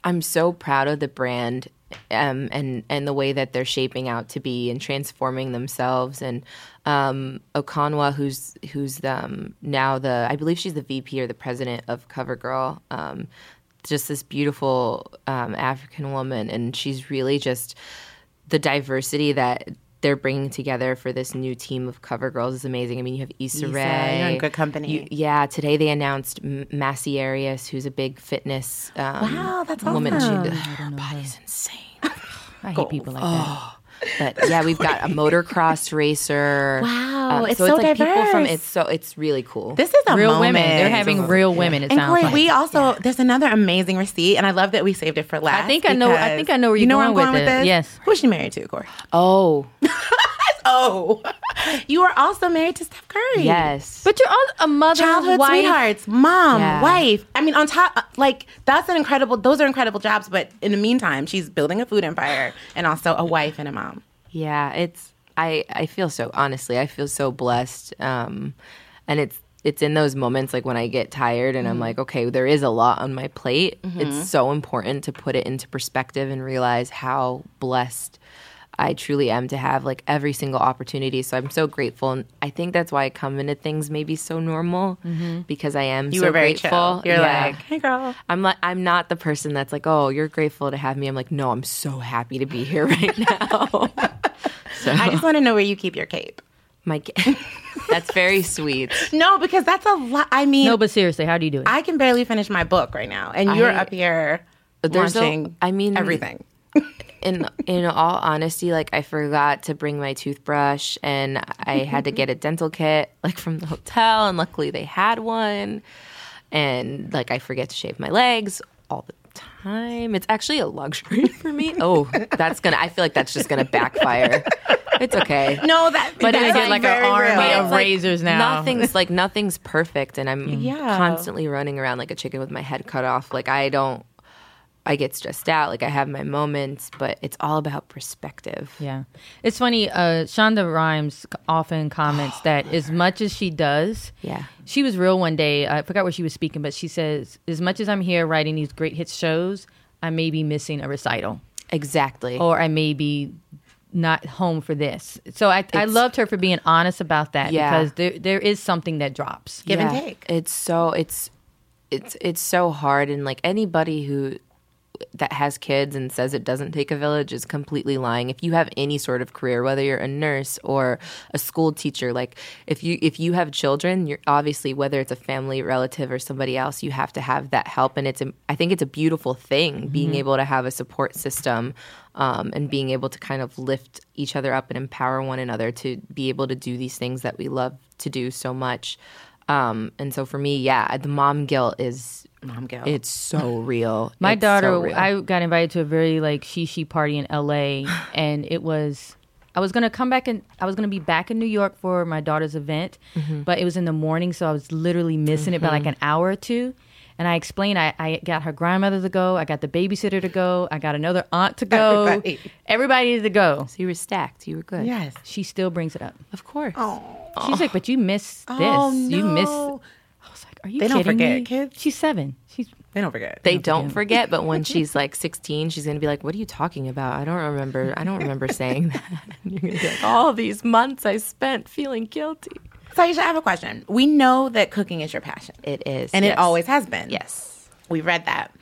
S4: I'm so proud of the brand um and and the way that they're shaping out to be and transforming themselves and um Okanwa who's who's um now the I believe she's the VP or the president of CoverGirl um just this beautiful um African woman and she's really just the diversity that they're bringing together for this new team of cover girls is amazing. I mean, you have Issa,
S2: Issa,
S4: Rae.
S2: you're in good company.
S4: You- yeah, today they announced M- Massey Arias, who's a big fitness um,
S2: Wow, that's
S4: woman. She-
S2: awesome.
S4: her body's insane.
S1: I hate people
S2: Oh,
S1: like that.
S4: But yeah, we've got a motocross racer. Um,
S2: Wow, it's
S4: it's
S2: so
S4: like people from
S2: diverse.
S4: it's so it's really cool.
S2: This is a
S1: Real
S2: moment.
S1: women. They're having real women. It
S2: And
S1: sounds
S2: Corey,
S1: like.
S2: we also there's another amazing receipt, and I love that we saved it for last.
S1: think I know- I
S2: because-
S1: think I know where
S2: you
S1: you're
S2: know where I'm
S1: going
S2: going with,
S1: with it.
S2: this.
S1: Yes.
S2: who's she married to, Corey?
S4: oh
S2: Oh, you are also married to Steph Curry.
S4: yes,
S1: but you're all a mother,
S2: childhood
S1: wife.
S2: sweethearts, mom,
S4: Yeah.
S2: wife. I mean, on top, uh, like that's an incredible. Those are incredible jobs. But in the meantime, she's building a food empire and also a wife and a mom.
S4: Yeah, it's I I feel so honestly, I feel so blessed. Um and it's it's in those moments like when I get tired
S2: Mm-hmm.
S4: and I'm like, okay, there is a lot on my plate. It's so important to put it into perspective and realize how blessed I truly am to have like every single opportunity. So I'm so grateful and I think that's why I come into things maybe so normal because I am
S2: Mm-hmm. You
S4: so
S2: were very
S4: grateful.
S2: chill. You're
S4: Yeah.
S2: like, hey, girl.
S4: I'm like I'm not the person that's like, "Oh, you're grateful to have me." I'm like, "No, I'm so happy to be here right now."
S2: I just want to know where you keep your cape.
S4: My g- that's very sweet.
S2: No, because that's a lot. I mean,
S1: No, but seriously, how do you do it?
S2: I can barely finish my book right now, and you're
S4: I-
S2: up here
S4: There's a-
S2: launching.
S4: I mean-
S2: everything.
S4: In in all honesty, like I forgot to bring my toothbrush and I had to get a dental kit like from the hotel and luckily they had one. And like I forget to shave my legs all the time. It's actually a luxury for me. Oh, that's going to I feel like that's just going to backfire. It's okay.
S2: No, that
S1: but
S2: that's
S1: I get like an
S2: very real.
S1: army of
S4: like,
S1: razors now.
S4: Nothing's like nothing's perfect, and I'm
S2: Yeah.
S4: constantly running around like a chicken with my head cut off. Like I don't, I get stressed out. Like I have my moments, but it's all about perspective.
S1: Yeah. It's funny, uh, Shonda Rhimes c- often comments that as much as she does,
S4: Yeah.
S1: she was real one day. I forgot where she was speaking, but she says, as much as I'm here writing these great hit shows, I may be missing a recital
S4: Exactly.
S1: or I may be not home for this. So I, I loved her for being honest about that
S4: Yeah.
S1: because there, there is something that drops.
S2: give and take.
S4: It's so it's it's it's so hard, and like anybody who that has kids and says it doesn't take a village is completely lying. If you have any sort of career, whether you're a nurse or a school teacher, like if you if you have children, you're obviously whether it's a family relative or somebody else, you have to have that help. And it's a, I think it's a beautiful thing
S2: Mm-hmm.
S4: being able to have a support system um, and being able to kind of lift each other up and empower one another to be able to do these things that we love to do so much. Um, and so for me, yeah, the mom guilt is
S2: Mom guilt.
S4: It's so real.
S1: My
S4: It's so
S1: daughter,
S4: real.
S1: I got invited to a very like she she party in L.A. and it was. I was gonna come back and I was gonna be back in New York for my daughter's event,
S4: Mm-hmm.
S1: but it was in the morning, so I was literally missing it by like an hour or two. And I explained, I, I got her grandmother to go, I got the babysitter to go, I got another aunt to go,
S2: Everybody.
S1: everybody to go.
S4: So you were stacked. You were good.
S2: Yes.
S1: She still brings it up.
S4: Of course.
S1: She's like, but you missed this,
S2: Oh,
S1: you missed.
S2: no.
S1: I was like, are you
S2: They don't
S1: kidding
S2: forget,
S1: me?
S2: kids.
S1: She's seven. She's
S2: They don't forget.
S4: They don't forget, but when she's like 16, she's going to be like, What are you talking about? I don't remember. I don't remember saying that. And you're going to be like, All these months I spent feeling guilty.
S2: So Aisha, I have a question. We know that cooking is your passion,
S4: It is.
S2: and
S4: yes.
S2: it always has been.
S4: Yes.
S2: we read that.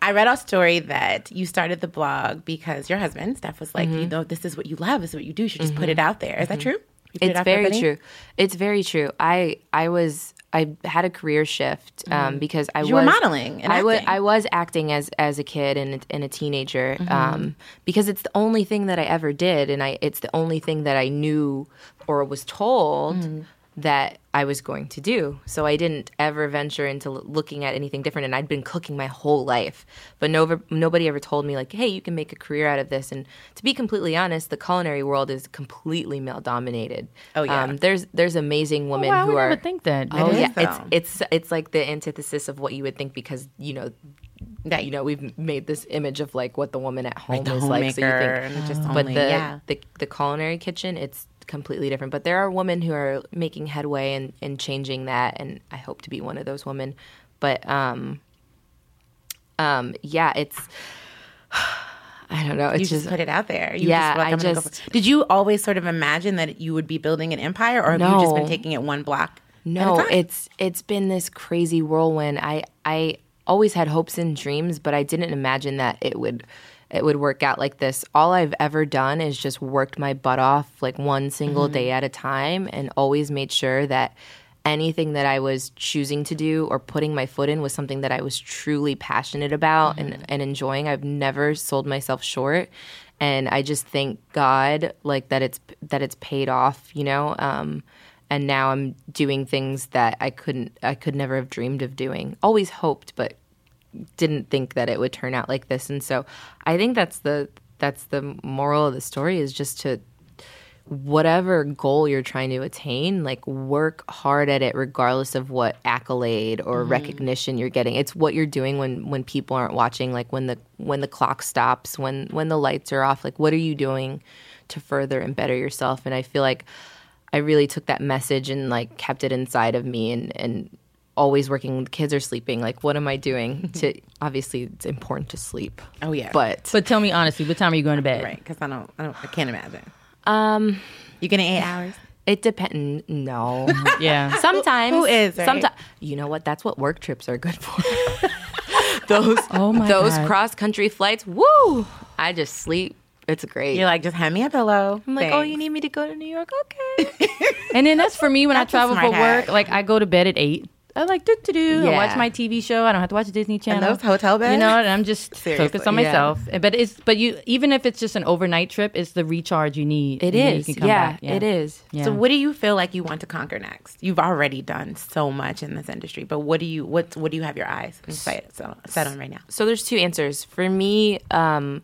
S2: I read a story that you started the blog because your husband Steph was like,
S4: Mm-hmm.
S2: you know, this is what you love, this is what you do. You should just put it out there. Is that true? You put it
S4: it's
S2: out there,
S4: very
S2: buddy?
S4: true. It's very true. I I was I had a career shift um, because I
S2: You were
S4: was
S2: modeling and
S4: I was
S2: acting.
S4: I was acting as as a kid and and a teenager
S1: Mm-hmm.
S4: um, because it's the only thing that I ever did, and I it's the only thing that I knew or was told.
S1: Mm-hmm.
S4: That I was going to do. So I didn't ever venture into l- looking at anything different. And I'd been cooking my whole life, but no, nobody ever told me, like, hey, you can make a career out of this. And to be completely honest, the culinary world is completely male dominated.
S2: Oh, yeah.
S4: there's there's amazing women
S1: wow, I
S4: who
S1: oh, would
S4: are.
S1: never think that.
S4: oh
S2: is,
S4: yeah,
S2: though.
S4: it's it's it's like the antithesis of what you would think because you know
S2: Right.
S4: you know we've made this image of like what the woman at home
S2: the
S4: is like. So you
S2: homemaker
S4: think,
S2: and just
S4: but
S2: only-
S4: the,
S2: yeah.
S4: the the culinary kitchen, it's completely different. But there are women who are making headway and and changing that, and I hope to be one of those women. But um, um, yeah, it's. I don't know. It's
S2: You
S4: just
S2: just put it out there. You
S4: Yeah,
S2: just were like,
S4: I
S2: I'm gonna go
S4: just-
S2: for- did you always sort of imagine that you would be building an empire, or have you just been
S4: No.
S2: taking it one block? at a
S4: No,
S2: time?
S4: it's it's been this crazy whirlwind. I I always had hopes and dreams, but I didn't imagine that it would it would work out like this. All I've ever done is just worked my butt off like one single day at a time and always made sure that anything that I was choosing to do or putting my foot in was something that I was truly passionate about and, and enjoying. I've never sold myself short. And I just thank God like that it's that it's paid off, you know. Um, and now I'm doing things that I couldn't I could never have dreamed of doing. Always hoped but didn't think that it would turn out like this. And so I think that's the that's the moral of the story is just to whatever goal you're trying to attain, like work hard at it regardless of what accolade or recognition you're getting. It's what you're doing when when people aren't watching, like when the when the clock stops, when when the lights are off, like what are you doing to further and better yourself? And I feel like I really took that message and like kept it inside of me and and always working when the kids are sleeping like what am i doing to obviously it's important to sleep
S2: Oh, yeah.
S4: but
S1: But tell me honestly, what time are you going to bed?
S2: right because I don't, I don't, I can't imagine. Um, you getting eight hours?
S4: it depends no
S1: Yeah.
S4: sometimes
S2: Who is, right?
S4: sometimes you know what that's what work trips are good for those
S1: Oh my
S4: those
S1: God.
S4: cross country flights woo i just sleep it's great
S2: You're like, just hand me a pillow.
S4: i'm like oh you need me to go to new york okay
S1: And then that's for me when
S2: That's a
S1: I travel
S2: smart
S1: for work.
S2: hack.
S1: Like I go to bed at eight. I like do to do. I watch
S4: Yeah.
S1: my TV show. I don't have to watch Disney Channel.
S2: those hotel beds?
S1: You know, and I'm just focused on
S4: Seriously. Yeah.
S1: myself. And- But it's but you even if it's just an overnight trip, it's the recharge you need.
S4: It
S1: and then you
S4: is.
S1: can come
S4: yeah,
S1: back.
S4: it is
S1: Yeah.
S2: So, what do you feel like you want to conquer next? You've already done so much in this industry, but what do you what what do you have your eyes and sight so- set on right now?
S4: so there's two answers for me um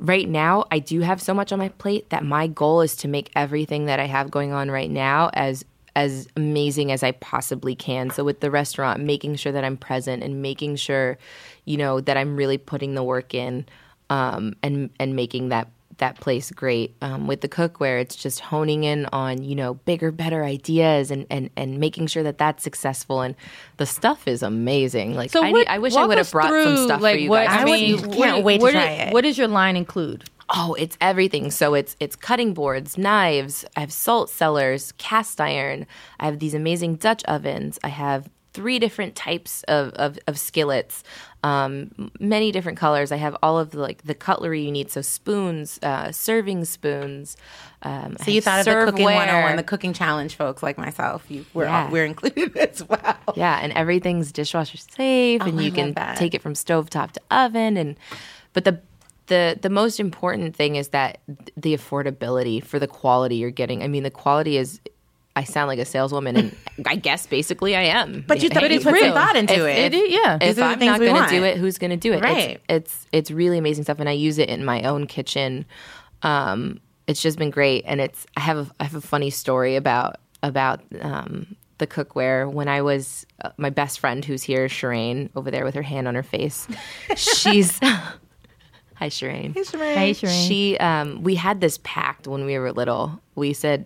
S4: right now i do have so much on my plate that my goal is to make everything that i have going on right now as as amazing as i possibly can so with the restaurant making sure that i'm present and making sure you know that i'm really putting the work in um and and making that that place great um, with the cookware it's just honing in on you know bigger better ideas and and and making sure that that's successful and the stuff is amazing like
S1: So
S4: I,
S1: what,
S4: need, I wish i
S1: walk
S4: would have
S1: us
S4: brought
S1: through,
S4: some stuff
S1: like,
S4: for you
S1: what,
S4: guys
S1: I
S2: I
S1: mean,
S2: would-
S1: what-
S2: can't wait to
S1: what
S2: try
S1: did-
S2: it.
S1: What does your line include?
S4: Oh, it's everything. So it's it's cutting boards, knives. I have salt cellars, cast iron. I have these amazing Dutch ovens. I have three different types of of, of skillets, um, m- many different colors. I have all of the, like the cutlery you need. So spoons, uh, serving spoons. Um,
S2: So you thought of the cooking 101, the cooking challenge, folks like myself. You we're all-
S4: Yeah.
S2: we're included as well.
S4: yeah, and everything's dishwasher safe, and
S2: Oh, I
S4: you
S2: love
S4: can
S2: that.
S4: take it from stovetop to oven. And but the the the most important thing is that the affordability for the quality you're getting. I mean, the quality is. I sound like a saleswoman, and I guess basically I am.
S2: But you thought
S4: Hey,
S2: you put some thought into
S4: If-
S2: it.
S1: It is- yeah.
S2: These
S4: if
S2: are the
S4: I'm
S2: things
S4: not
S2: we
S4: going to
S2: want.
S4: do it, who's going to do it?
S2: Right.
S4: It's, it's it's really amazing stuff, and I use it in my own kitchen. Um, it's just been great, and it's I have a, I have a funny story about about um, the cookware when I was uh, my best friend who's here, Shireen, over there with her hand on her face. She's hi, Shireen.
S1: Hey, Shireen.
S4: She, um, we had this pact when we were little. We said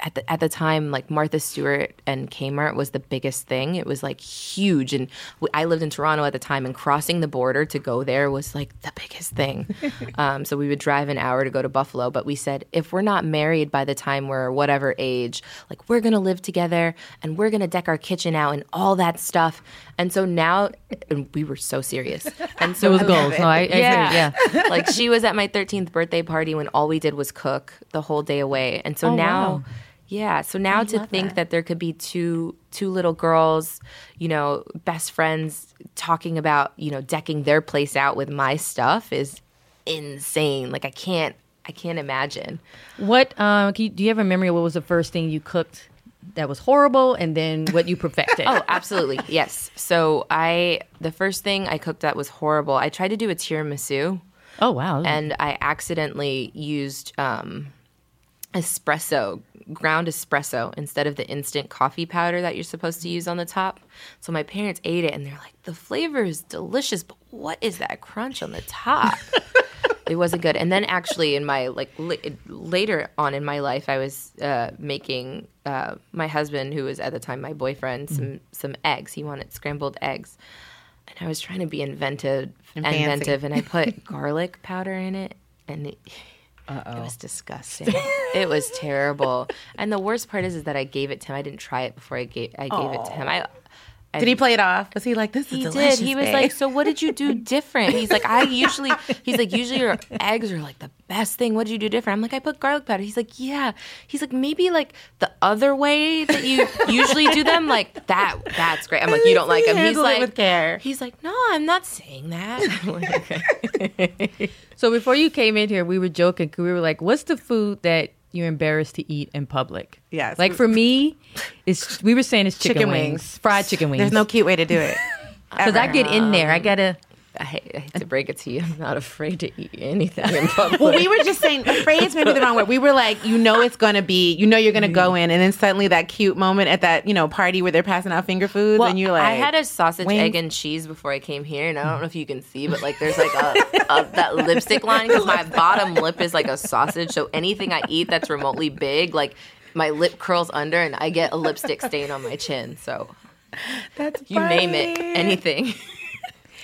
S4: at the at the time, like Martha Stewart and Kmart was the biggest thing. It was like huge, and w I I lived in Toronto at the time, and crossing the border to go there was like the biggest thing. um, so we would drive an hour to go to Buffalo, but we said if we're not married by the time we're whatever age, like we're gonna live together and we're gonna deck our kitchen out and all that stuff. And so now, and we were so serious, and so
S1: It was goals. No, I, I agree. Yeah.
S4: like she was at my 13th birthday party when all we did was cook the whole day away. And so now
S1: Oh, wow.
S4: yeah, so now to think that. there could be two two little girls, you know, best friends talking about, you know, decking their place out with my stuff is insane. Like I can't I can't imagine.
S1: What um, can you, do you have a memory of what was the first thing you cooked that was horrible, and then what you perfected?
S4: Oh, absolutely. yes. So I the first thing I cooked that was horrible. I tried to do a tiramisu.
S1: oh wow.
S4: and I accidentally used um, espresso, ground espresso, instead of the instant coffee powder that you're supposed to use on the top. So my parents ate it and they're like, the flavor is delicious, but what is that crunch on the top? it wasn't good. And then actually, in my like la- later on in my life, I was uh, making uh, my husband, who was at the time my boyfriend, some some eggs. He wanted scrambled eggs, and I was trying to be inventive,
S2: And fancy.
S4: inventive, and I put garlic powder in it, and. It, it was disgusting. it was terrible. And the worst part is, is that I gave it to him. I didn't try it before I gave I gave it to him. I, I
S2: Did he play it off? Was he like, this is
S4: he
S2: delicious?
S4: did. He was
S2: babe?
S4: like, "So what did you do different?" He's like, "I usually." He's like, "Usually your eggs are like the best thing. What did you do different?" I'm like, "I put garlic powder." He's like, "Yeah." He's like, "Maybe like the other way that you usually do them, like that. That's great." I'm like, "You don't like
S2: He
S4: him?" He's
S2: handled it
S4: like,
S2: with care.
S4: He's like, "No, I'm not saying that." I'm like, "Okay."
S1: So before you came in here, we were joking 'cause we were like, "What's the food that you're embarrassed to eat in public?"
S2: Yes.
S1: Like for me, it's we were saying it's chicken,
S2: Chicken
S1: wings.
S2: wings.
S1: fried chicken wings.
S2: There's no Um, cute way to do it.
S1: because I get in there, I gotta.
S4: I, hate, I hate to break it to you. I'm not afraid to eat anything in public.
S2: Well, we were just saying phrase maybe the wrong word. We were like, you know, it's gonna be, you know, you're gonna go in, and then suddenly that cute moment at that you know party where they're passing out finger foods,
S4: Well,
S2: and you're like,
S4: I had a sausage,
S2: wings.
S4: egg, and cheese before I came here, and I don't know if you can see, but like there's like a, a that lipstick line because my bottom lip is like a sausage. So anything I eat that's remotely big, like my lip curls under, and I get a lipstick stain on my chin. So
S2: That's
S4: you name it,
S2: funny.
S4: anything.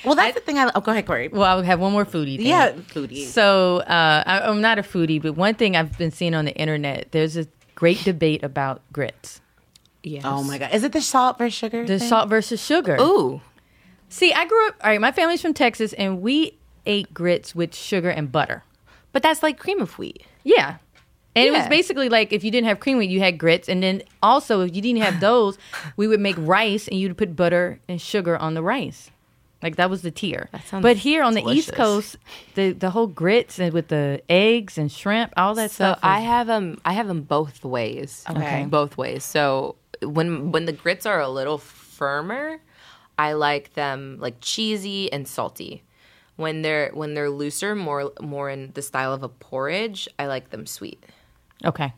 S2: Well, that's the thing. I oh, go ahead, Corey.
S1: Well, I would have one more foodie. Thing.
S2: Yeah, foodie.
S1: So uh, I, I'm not a foodie, but one thing I've been seeing on the internet, there's a great debate about grits,
S4: Yes.
S2: Oh my god, is it the salt versus sugar?
S1: the
S2: thing?
S1: salt versus sugar.
S4: Ooh.
S1: See, I grew up. All right, my family's from Texas, and we ate grits with sugar and butter.
S4: But that's like cream of wheat.
S1: Yeah. And it was
S4: Yeah.
S1: basically like if you didn't have cream wheat, you had grits. And then also, if you didn't have those, we would make rice and you'd put butter and sugar on the rice. Like that was the tier.
S4: sounds
S1: But here on the East
S4: delicious.
S1: Coast, the, the whole grits and with the eggs and shrimp, all that
S4: So
S1: stuff.
S4: I
S1: is-
S4: have them. I have them both ways.
S2: Okay.
S4: both ways. So when when the grits are a little firmer, I like them like cheesy and salty. When they're when they're looser, more more in the style of a porridge, I like them sweet.
S1: okay.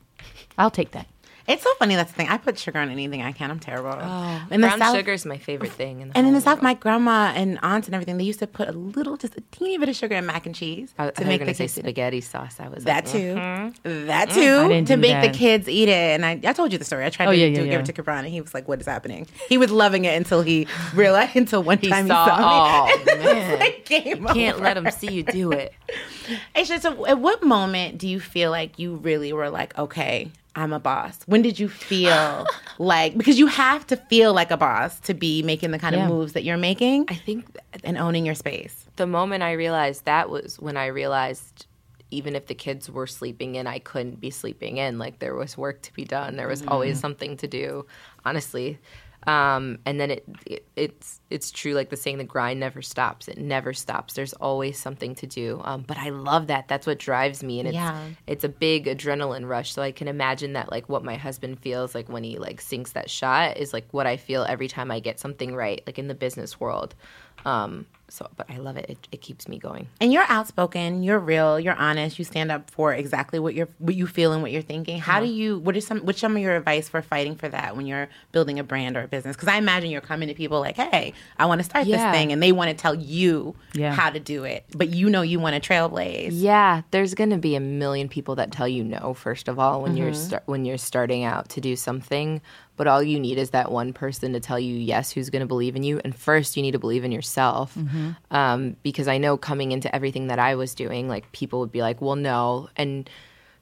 S1: I'll take that.
S2: It's so funny. That's the thing. I put sugar on anything I can. I'm terrible. Oh,
S4: Brown sugar is my favorite thing. In the
S2: And in
S4: whole
S2: the South, my grandma and aunts and everything, they used to put a little, just a teeny bit of sugar in mac and cheese
S4: I, I
S2: to
S4: thought you were
S2: make the
S4: gonna say
S2: kids eat it.
S4: spaghetti sauce. I was
S2: That
S4: like,
S2: too,
S4: mm.
S2: that too,
S1: didn't
S2: to
S1: do
S2: make
S1: that.
S2: the kids eat it. And I, I told you the story. I tried
S1: Oh,
S2: to
S1: yeah,
S2: do,
S1: yeah,
S2: give
S1: yeah.
S2: it to Gibran, and he was like, "What is happening?" He was loving it until he realized until one
S4: He
S2: time
S4: saw.
S2: he saw me.
S4: Oh man,
S2: It came
S4: can't
S2: over.
S4: let them see you do it.
S2: It's just a, at what moment do you feel like you really were like, okay, I'm a boss? When did you feel like because you have to feel like a boss to be making the kind
S1: Yeah.
S2: of moves that you're making
S4: I think
S2: and owning your space?
S4: the moment I realized that was when I realized even if the kids were sleeping in, I couldn't be sleeping in. Like there was work to be done. There was always something to do. Honestly. Um, and then it, it it's it's true like the saying the grind never stops it never stops there's always something to do um, but I love that that's what drives me and it's
S2: Yeah.
S4: it's a big adrenaline rush so I can imagine that like what my husband feels like when he like sinks that shot is like what I feel every time I get something right like in the business world um, so, but I love it. It, it keeps me going.
S2: And you're outspoken, you're real, you're honest, you stand up for exactly what you're what you feel and what you're thinking. How do you what are some what's some of your advice for fighting for that when you're building a brand or a business? Because I imagine you're coming to people like, Hey, I want to start
S4: Yeah.
S2: this thing and they want to tell you
S1: Yeah.
S2: how to do it. But you know you want to trailblaze.
S4: Yeah, there's going to be a million people that tell you no first of all when you're start, when you're starting out to do something, but all you need is that one person to tell you yes who's going to believe in you. And first, you need to believe in yourself. Um, because I know coming into everything that I was doing, like people would be like, "Well, no." And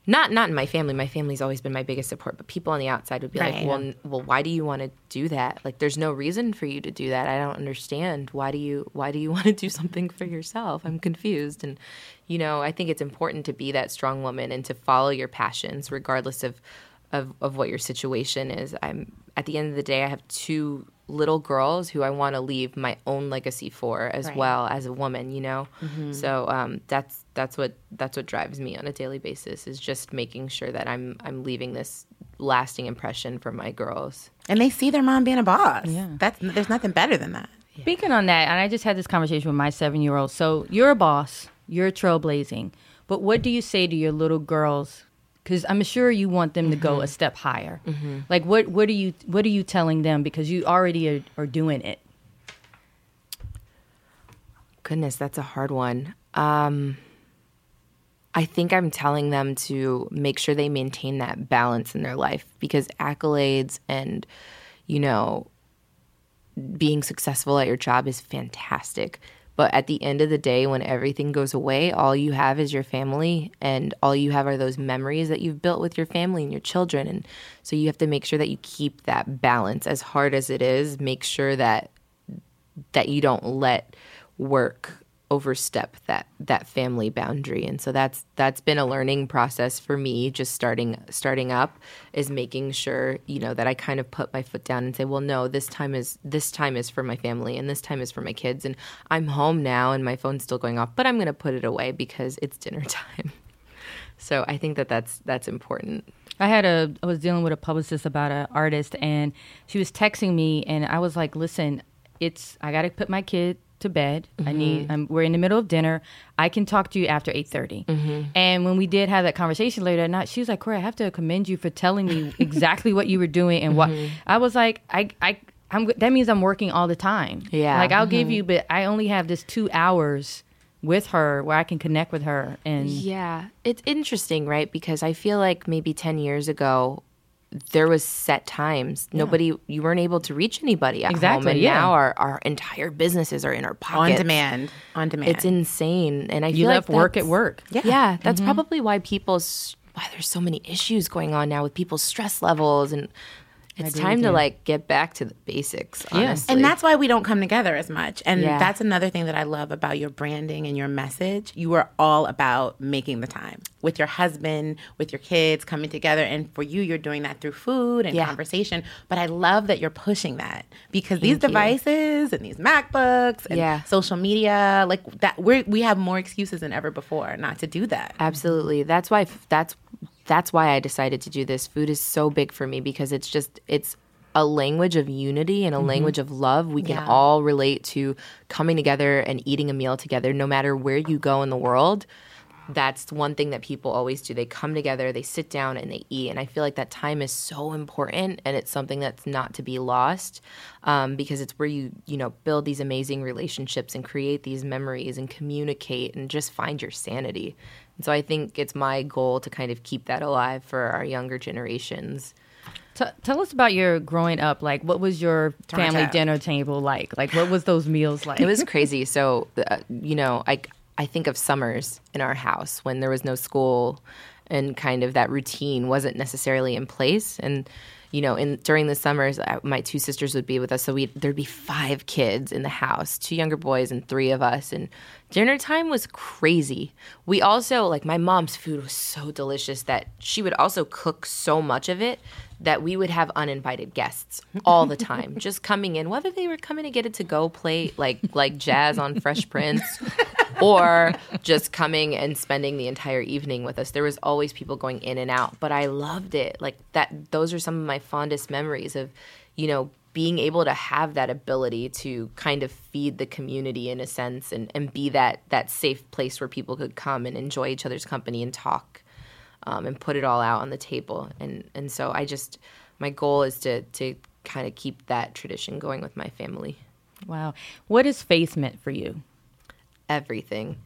S4: not not in my family. My family's always been my biggest support, but people on the outside would be
S2: Right.
S4: like, "Well, n- well, why do you want to do that? Like, there's no reason for you to do that. I don't understand. Why do you why do you want to do something for yourself? I'm confused." And you know, I think it's important to be that strong woman and to follow your passions, regardless of of, of what your situation is. I'm at the end of the day, I have two little girls who I want to leave my own legacy for as well as a woman, you know. So um, that's that's what that's what drives me on a daily basis is just making sure that I'm I'm leaving this lasting impression for my girls.
S2: And they see their mom being a boss. Yeah. That's there's nothing better than that.
S1: Speaking on that, and I just had this conversation with my seven year old. So you're a boss, you're trailblazing, but what do you say to your little girls? Because I'm sure you want them to go a step higher. Like what what are you what are you telling them? Because you already are, are doing it.
S4: Goodness, that's a hard one. Um, I think I'm telling them to make sure they maintain that balance in their life because accolades and, you know, being successful at your job is fantastic. But at the end of the day, when everything goes away, all you have is your family, and all you have are those memories that you've built with your family and your children. And so you have to make sure that you keep that balance as hard as it is. Make sure that that you don't let work overstep that that family boundary and so that's that's been a learning process for me just starting starting up is making sure you know that I kind of put my foot down and say well no this time is this time is for my family and this time is for my kids and I'm home now and my phone's still going off but I'm going to put it away because it's dinner time so I think that that's that's important
S5: I had a I was dealing with a publicist about an artist and she was texting me and I was like, "Listen, it's I got to put my kid to bed. I need I'm, we're in the middle of dinner. I can talk to you after 8:30." And when we did have that conversation later at night, she was like, "Corey, I have to commend you for telling me exactly what you were doing and what." I was like, "I I I'm, that means I'm working all the time.
S4: Yeah.
S5: Like I'll give you, but I only have this two hours with her where I can connect with her. And
S4: Yeah, it's interesting, right? Because I feel like maybe 10 years ago, there was set times. Nobody, you weren't able to reach anybody at home,
S5: Exactly,
S4: and
S5: yeah.
S4: now our, our entire businesses are in our
S2: on
S4: pockets.
S2: demand. On demand.
S4: It's insane, and I
S5: you
S4: feel
S5: left
S4: like
S5: work at
S4: that's-
S5: work. Mm-hmm.
S4: Yeah, that's probably why people's why there's so many issues going on now with people's stress levels, and it's time to like get back to the basics. Honestly,
S2: And that's why we don't come together as much. And
S4: Yeah.
S2: that's another thing that I love about your branding and your message. You are all about making the time with your husband, with your kids, coming together. And for you, you're doing that through food and
S4: Yeah.
S2: conversation. But I love that you're pushing that because these devices and these MacBooks and
S4: Yeah.
S2: social media, like that, we're, we have more excuses than ever before not to do that.
S4: Absolutely. That's why that's that's why I decided to do this. Food is so big for me because it's just it's a language of unity and a language of love. We can
S2: Yeah.
S4: all relate to coming together and eating a meal together no matter where you go in the world. That's one thing that people always do. They come together, they sit down and they eat. And I feel like that time is so important and it's something that's not to be lost um, because it's where you, you know, build these amazing relationships and create these memories and communicate and just find your sanity. And so I think it's my goal to kind of keep that alive for our younger generations.
S5: T- tell us about your growing up. Like, what was your family
S2: out.
S5: dinner table like? Like, what was those meals like?
S4: It was crazy. So, uh, you know, I I think of summers in our house when there was no school and kind of that routine wasn't necessarily in place and you know, in during the summers, I, my two sisters would be with us, so we there'd be five kids in the house, two younger boys and three of us, and dinner time was crazy. We also like my mom's food was so delicious that she would also cook so much of it that we would have uninvited guests all the time just coming in whether they were coming to get a to go plate like like jazz on fresh prince or just coming and spending the entire evening with us there was always people going in and out but i loved it like that those are some of my fondest memories of you know being able to have that ability to kind of feed the community in a sense and, and be that that safe place where people could come and enjoy each other's company and talk um, and put it all out on the table. And and so I just my goal is to to kind of keep that tradition going with my family.
S5: wow. What has faith meant for you?
S4: Everything,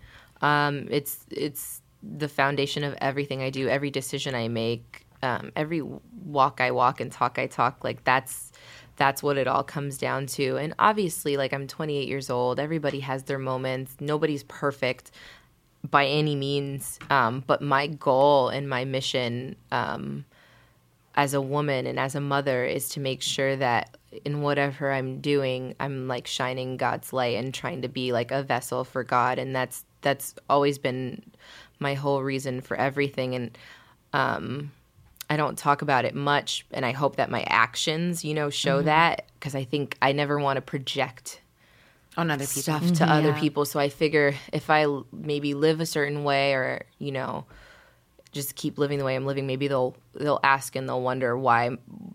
S4: um, it's it's the foundation of everything I do, every decision I make, um, every walk I walk and talk I talk. Like that's that's what it all comes down to. And obviously, like I'm 28 years old. Everybody has their moments. Nobody's perfect by any means. Um, but my goal and my mission. Um, as a woman and as a mother is to make sure that in whatever I'm doing, I'm like shining God's light and trying to be like a vessel for God, and that's that's always been my whole reason for everything. And um, I don't talk about it much, and I hope that my actions, you know, show that because I think I never want to project
S2: On other people.
S4: stuff to other people. So I figure if I l- maybe live a certain way or, you know, just keep living the way I'm living, maybe they'll they'll ask and they'll wonder why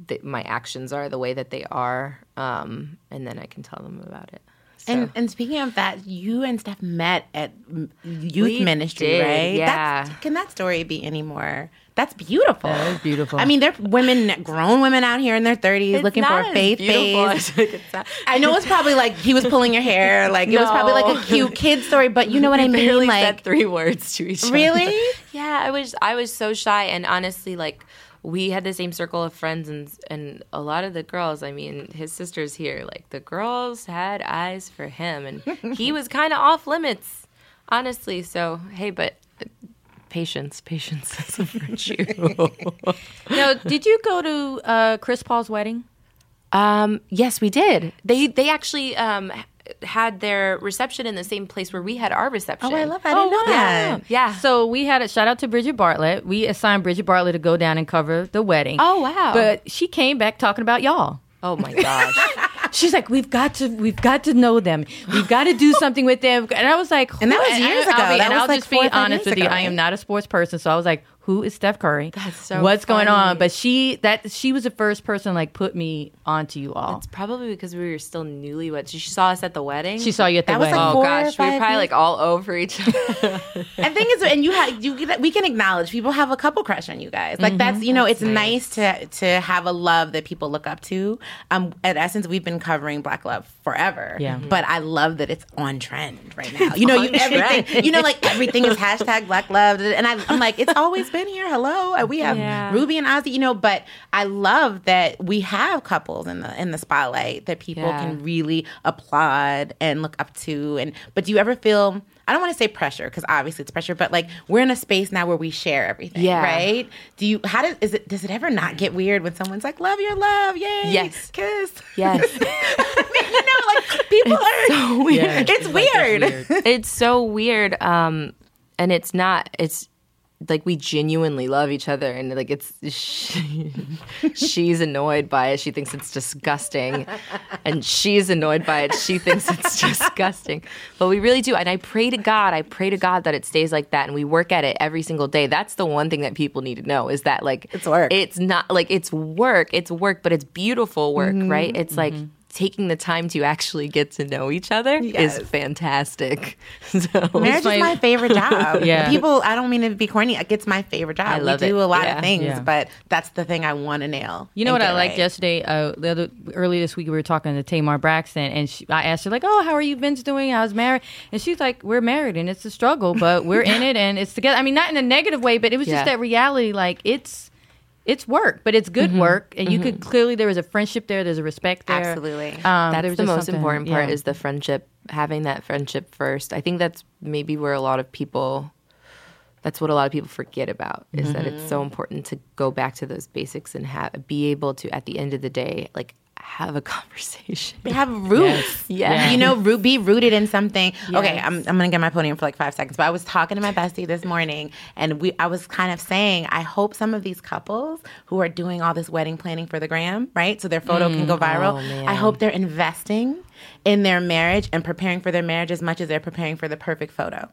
S4: th- my actions are the way that they are, um, and then I can tell them about it.
S2: And and speaking of that, you and Steph met at m- youth
S4: We
S2: ministry,
S4: did,
S2: right?
S4: yeah.
S2: That's, can that story be any more? That's beautiful. That
S1: is beautiful.
S2: I mean, they're women, grown women out here in their thirties
S4: It's
S2: looking for
S4: not
S2: a
S4: as
S2: faith
S4: beautiful
S2: phase.
S4: as, like, it's not-
S2: I know it's probably like he was pulling your hair, like it was probably like
S4: No.
S2: a cute kid story, but you know what I mean?
S4: barely said
S2: Like,
S4: three words to each other.
S2: really?
S4: Yeah, I was I was so shy and honestly like we had the same circle of friends and and a lot of the girls, I mean, his sister's here, like the girls had eyes for him and he was kind of off limits, honestly. So, hey, but uh, patience, patience is a virtue.
S5: No, did you go to uh, Chris Paul's wedding?
S4: um, yes, we did. They they actually um h- had their reception in the same place where we had our reception.
S2: Oh, I love that. I didn't know that.
S4: Yeah.
S5: So we had a shout out to Bridget Bartlett. We assigned Bridget Bartlett to go down and cover the wedding.
S4: Oh, wow.
S5: But she came back talking about y'all.
S4: oh my gosh.
S5: She's like, we've got to, we've got to know them. We've got to do something with them. And I was like, who-
S2: And that was years
S5: I'll
S2: ago.
S5: be-
S2: That
S5: and
S2: was
S5: I'll
S2: like
S5: just
S2: four
S5: be
S2: or five
S5: honest
S2: years
S5: with you.
S2: ago.
S5: I am not a sports person, so I was like, who is Steph Curry?
S4: That's so
S5: What's going on?
S4: funny.
S5: But she that she was the first person like put me onto you all.
S4: It's probably because we were still newlyweds. She saw us at the wedding.
S5: She saw you at the
S2: That was,
S5: wedding.
S2: like,
S4: Oh
S2: four or
S4: gosh, we were
S2: five
S4: probably
S2: years-
S4: like all over each other.
S2: And thing is, and you have you we can acknowledge people have a couple crush on you guys. Like Mm-hmm. that's you know, it's nice. to to have a love that people look up to. Um, at essence, we've been covering Black love forever.
S5: Yeah. Mhm.
S2: but I love that it's on trend right now. You know, you, everything. You know, like everything is hashtag Black love, and I, I'm like, it's always been here. Hello, And we have
S4: Yeah.
S2: Ruby and Ozzy. You know, but I love that we have couples in the in the spotlight that people
S4: Yeah.
S2: can really applaud and look up to and but do you ever feel I don't want to say pressure because obviously it's pressure, but like we're in a space now where we share everything,
S4: Yeah.
S2: right? Do you? How does is it? Does it ever not get weird when someone's like, "Love your love, yay,
S4: Yes.
S2: kiss"?
S4: yes.
S2: I mean, you know, like people are weird.
S5: Yeah,
S2: it's weird.
S4: It's so weird. Um and it's not it's like we genuinely love each other and like it's she, she's annoyed by it she thinks it's disgusting and she's annoyed by it she thinks it's disgusting but we really do and i pray to god i pray to god that it stays like that and we work at it every single day that's the one thing that people need to know is that like
S2: It's work.
S4: it's not like it's work it's work but it's beautiful work
S5: Mm-hmm.
S4: right it's like taking the time to actually get to know each other
S2: Yes.
S4: is fantastic so
S2: Marriage
S5: my-
S2: is my favorite job.
S5: Yeah.
S2: People, I don't mean to be corny. Like, It's my favorite job.
S4: I love
S2: we do
S4: it.
S2: a lot
S4: Yeah.
S2: of things,
S5: Yeah.
S2: but that's the thing I want to nail.
S5: You know
S2: and
S5: what
S2: get
S5: I liked
S2: right.
S5: yesterday? Uh, the other earlier this week we were talking to Tamar Braxton, and she, I asked her like, "Oh, how are you Vince doing? How's married?" And she's like, "We're married, and it's a struggle, but we're in it, and it's together." I mean, not in a negative way, but it was
S4: Yeah.
S5: just that reality. Like it's it's work, but it's
S4: Mm-hmm.
S5: good work, and you could clearly there was a friendship there, there's a respect there.
S2: Absolutely.
S5: um, there
S4: that's
S5: was
S4: the
S5: just
S4: most
S5: something-
S4: important part
S5: yeah.
S4: is the friendship having that friendship first i think that's maybe where a lot of people that's what a lot of people forget about is that it's
S5: Mm-hmm.
S4: so important to go back to those basics and have be able to at the end of the day like have a conversation
S2: They have roots.
S4: Yes. Yeah.
S2: You know, root, be rooted in something. Okay, I'm, I'm gonna get my podium for like five seconds. But I was talking to my bestie this morning and we I was kind of saying, I hope some of these couples who are doing all this wedding planning for the gram, right? So their photo can go viral. I hope they're investing in their marriage and preparing for their marriage as much as they're preparing for the perfect photo.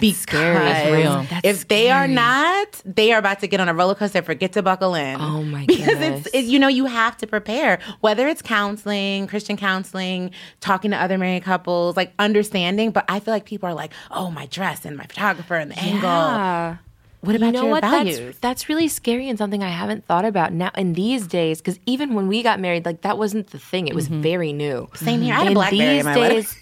S2: Because
S4: scary. That's real. That's
S2: if they are not, they are about to get on a roller coaster. and Forget to buckle in.
S4: Oh my
S2: Because
S4: goodness.
S2: it's, it, you know you have to prepare whether it's counseling christian counseling talking to other married couples like understanding but i feel like people are like oh my dress and my photographer and the angle what about
S4: you know
S2: your
S4: what?
S2: values
S4: That's that's really scary and something I haven't thought about now in these days. Because even when we got married, like that wasn't the thing. It was
S2: Mm-hmm.
S4: very new.
S2: Same here. I had a
S4: in
S2: Blackberry in
S4: these
S2: my wedding.
S4: days.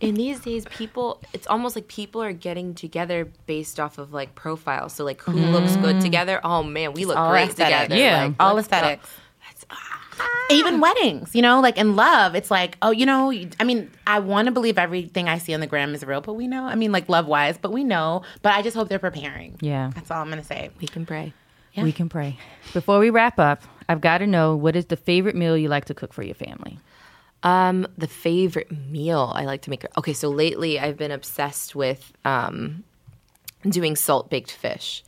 S4: in these days, people. It's almost like people are getting together based off of like profiles. So like, who looks
S2: Mm.
S4: good together? Oh man, we look
S2: all
S4: great
S2: aesthetic.
S4: together.
S5: Yeah.
S4: like,
S2: all
S4: let's go. Ah.
S2: aesthetics even weddings, you know, like in love, it's like, oh, you know, you- I mean, I want to believe everything I see on the gram is real, but we know, I mean, like love wise, but we know, but I just hope they're preparing.
S5: Yeah.
S2: That's all I'm going to say.
S4: We can pray.
S5: We can pray before we wrap up. I've got to know what is the favorite meal you like to cook for your family.
S4: Um, the favorite meal I like to make. Okay, so lately I've been obsessed with um, doing salt baked fish.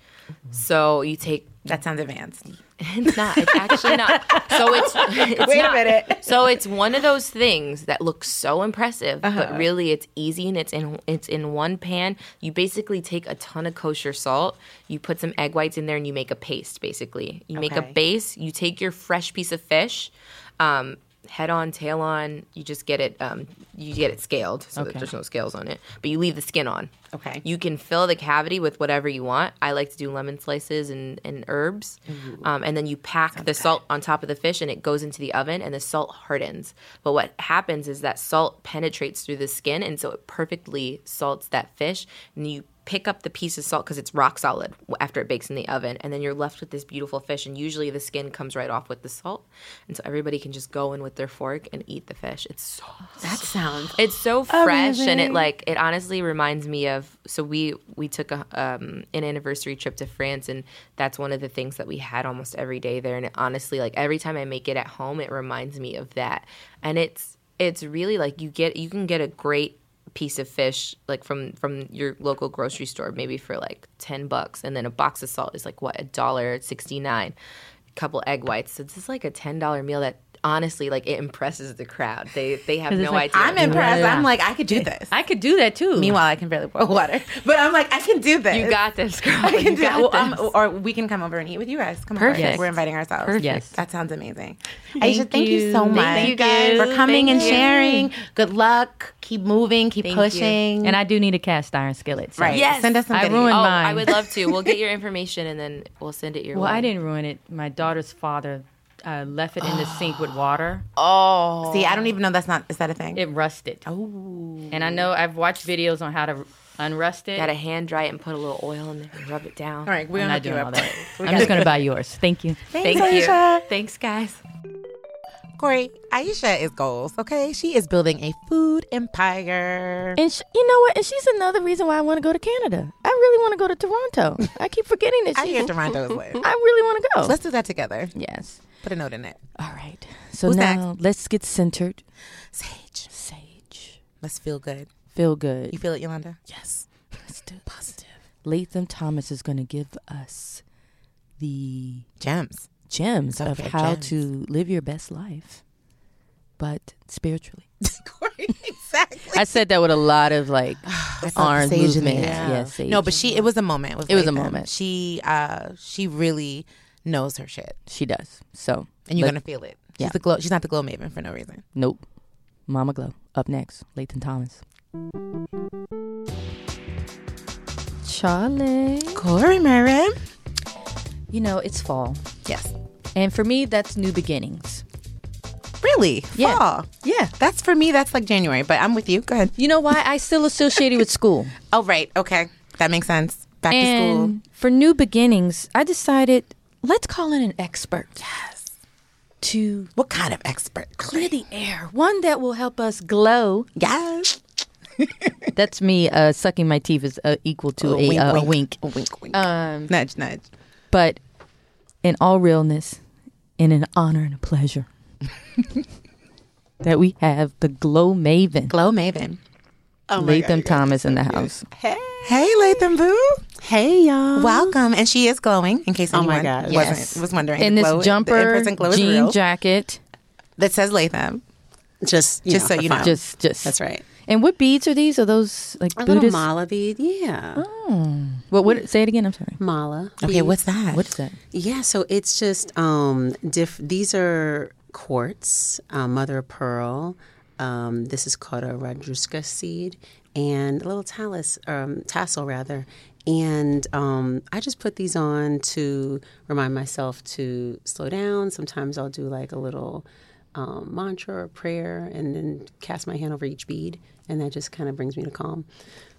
S4: So you take
S2: That sounds advanced.
S4: It's not. It's actually not. So it's, it's
S2: Wait a
S4: not.
S2: minute.
S4: So it's one of those things that looks so impressive,
S2: Uh-huh.
S4: but really it's easy and it's in it's in one pan. You basically take a ton of kosher salt, you put some egg whites in there, and you make a paste. Basically, you make a
S2: Okay.
S4: base. You take your fresh piece of fish. Um, head on, tail on. You just get it. Um, you get it scaled so that there's no scales on it, but you leave the skin on.
S2: Okay.
S4: You can fill the cavity with whatever you want. I like to do lemon slices and and herbs, um, and then you pack the salt on top of the fish, and it goes into the oven, and the salt hardens. But what happens is that salt penetrates through the skin, and so it perfectly salts that fish, and you pick up the piece of salt because it's rock solid after it bakes in the oven and then you're left with this beautiful fish and usually the skin comes right off with the salt and so everybody can just go in with their fork and eat the fish it's so
S2: That sounds
S4: it's so fresh and it like it honestly reminds me of so we we took a um an anniversary trip to France and that's one of the things that we had almost every day there and it honestly like every time I make it at home it reminds me of that and it's it's really like you get you can get a great piece of fish like from from your local grocery store maybe for like 10 bucks and then a box of salt is like what a dollar 69 couple egg whites so it's just like a $10 meal that honestly like it impresses the crowd they they have
S5: it's
S4: no
S5: like,
S4: idea
S2: I'm impressed.
S5: Yeah.
S2: I'm like, I could do this.
S5: I could do that too.
S2: Meanwhile, I can barely boil water, but I'm like, I can do this.
S4: You got this, girl.
S2: I can
S4: You
S2: do
S4: got
S2: well, um,
S4: this.
S2: or we can come over and eat with you guys. Come
S4: Perfect.
S2: over. We're inviting ourselves.
S4: Perfect.
S5: Yes.
S2: That sounds amazing. Aisha, thank you,
S5: you.
S2: so
S5: Thank
S2: much
S4: you guys.
S2: for coming
S4: Thank
S2: and
S4: you.
S2: sharing. Good luck. Keep moving. Keep
S4: Thank you.
S2: pushing.
S5: and I do need a cast iron skillet. So.
S2: right.
S4: Yes.
S2: Send us some.
S5: I
S2: goodies.
S5: ruined
S4: oh,
S5: mine.
S4: I would love to. We'll get your information and then we'll send it your
S5: Well,
S4: way.
S5: I didn't ruin it. My daughter's father uh, left it in the sink with water.
S4: Oh,
S2: See, I don't even know. That's not. Is that a thing?
S5: It rusted. Oh. And I know I've watched videos on how to unrust it.
S4: gotta hand dry it and put a little oil in there and rub it down.
S2: All right, we're
S5: I'm
S2: gonna
S5: not
S2: do
S5: doing all
S2: it.
S5: that. I'm just going to buy yours. Thank you.
S4: Thank you.
S2: Aisha.
S4: Thanks, guys.
S2: Corey, Aisha is goals. Okay, she is building a food empire.
S1: And sh- you know what? And she's another reason why I want to go to Canada. I really want to go to Toronto. I keep forgetting that
S2: I
S1: she.
S2: hear Toronto is lit.
S1: I really want to go.
S2: Let's do that together.
S1: yes.
S2: Put a note in it.
S1: All right. So
S2: Who's
S1: now let's get centered.
S2: Sage,
S1: Sage,
S2: let's feel good.
S1: feel good.
S2: You feel it, Yolanda?
S1: yes. Let's do positive. Latham Thomas is going to give us the
S2: Gems.
S1: gems
S2: Don't
S1: of
S2: forget
S1: how
S2: gems.
S1: to live your best life, but spiritually.
S2: Corey, exactly.
S1: I said that with a lot of like arm
S2: Sage in the
S1: movement.
S2: air.
S1: Yes, sage.
S2: No, but she it was a moment. with
S1: It was a
S2: Latham.
S1: moment.
S2: She uh she really knows her shit.
S1: she does. So
S2: And you're
S1: let-
S2: gonna feel it. She's
S1: Yeah.
S2: the glow she's not the glow maven for no reason.
S1: Nope. Mama Glow. Up next, Lathan Thomas. Charlie.
S2: Corey Merrim.
S1: You know, it's fall.
S2: Yes.
S1: And for me, that's new beginnings.
S2: Really?
S1: Yeah.
S2: Fall.
S1: Yeah.
S2: That's for me, that's like January, but I'm with you. Go ahead.
S1: You know why? I still associate it with school.
S2: Oh right, okay. That makes sense. Back to school.
S1: and for new beginnings, I decided let's call in an expert. Yes. To
S2: What kind of expert? eh,
S1: clear the air. One that will help us glow.
S2: Yes.
S1: That's me uh, sucking my teeth is uh, equal to a, uh, a wink. Um,
S2: A Oh, wink wink. nudge, nudge.
S1: but in all realness, in an honor and a pleasure that we have the Glow Maven,
S2: Glow Maven.
S1: Latham Thomas, in the house.
S2: Hey Latham Boo.
S3: Hey, y'all.
S2: Welcome. And she is glowing, in case
S3: Oh
S2: anyone
S3: my God.
S2: wasn't
S1: Yes.
S2: was wondering.
S1: In
S2: The
S1: this
S2: glow- the
S1: jumper,
S2: in-person glow is real.
S1: jean jacket,
S2: that says Latham.
S3: Just, you
S2: Just
S3: know,
S2: so
S3: for
S2: you know.
S3: fun.
S1: just just
S3: That's right.
S1: And what beads are these? Are those like
S3: A little
S1: Buddhist? Oh.
S3: mala bead. Yeah.
S1: What, what? Say it again. I'm sorry.
S3: Mala.
S2: Okay,
S3: bead.
S2: what's that?
S1: What is that?
S3: Yeah, so it's just um diff these are quartz, uh, mother of pearl. Um, this is called a radruska seed and a little talus um, tassel rather. And um, I just put these on to remind myself to slow down. Sometimes I'll do like a little um, mantra or prayer and then cast my hand over each bead and that just kind of brings me to calm.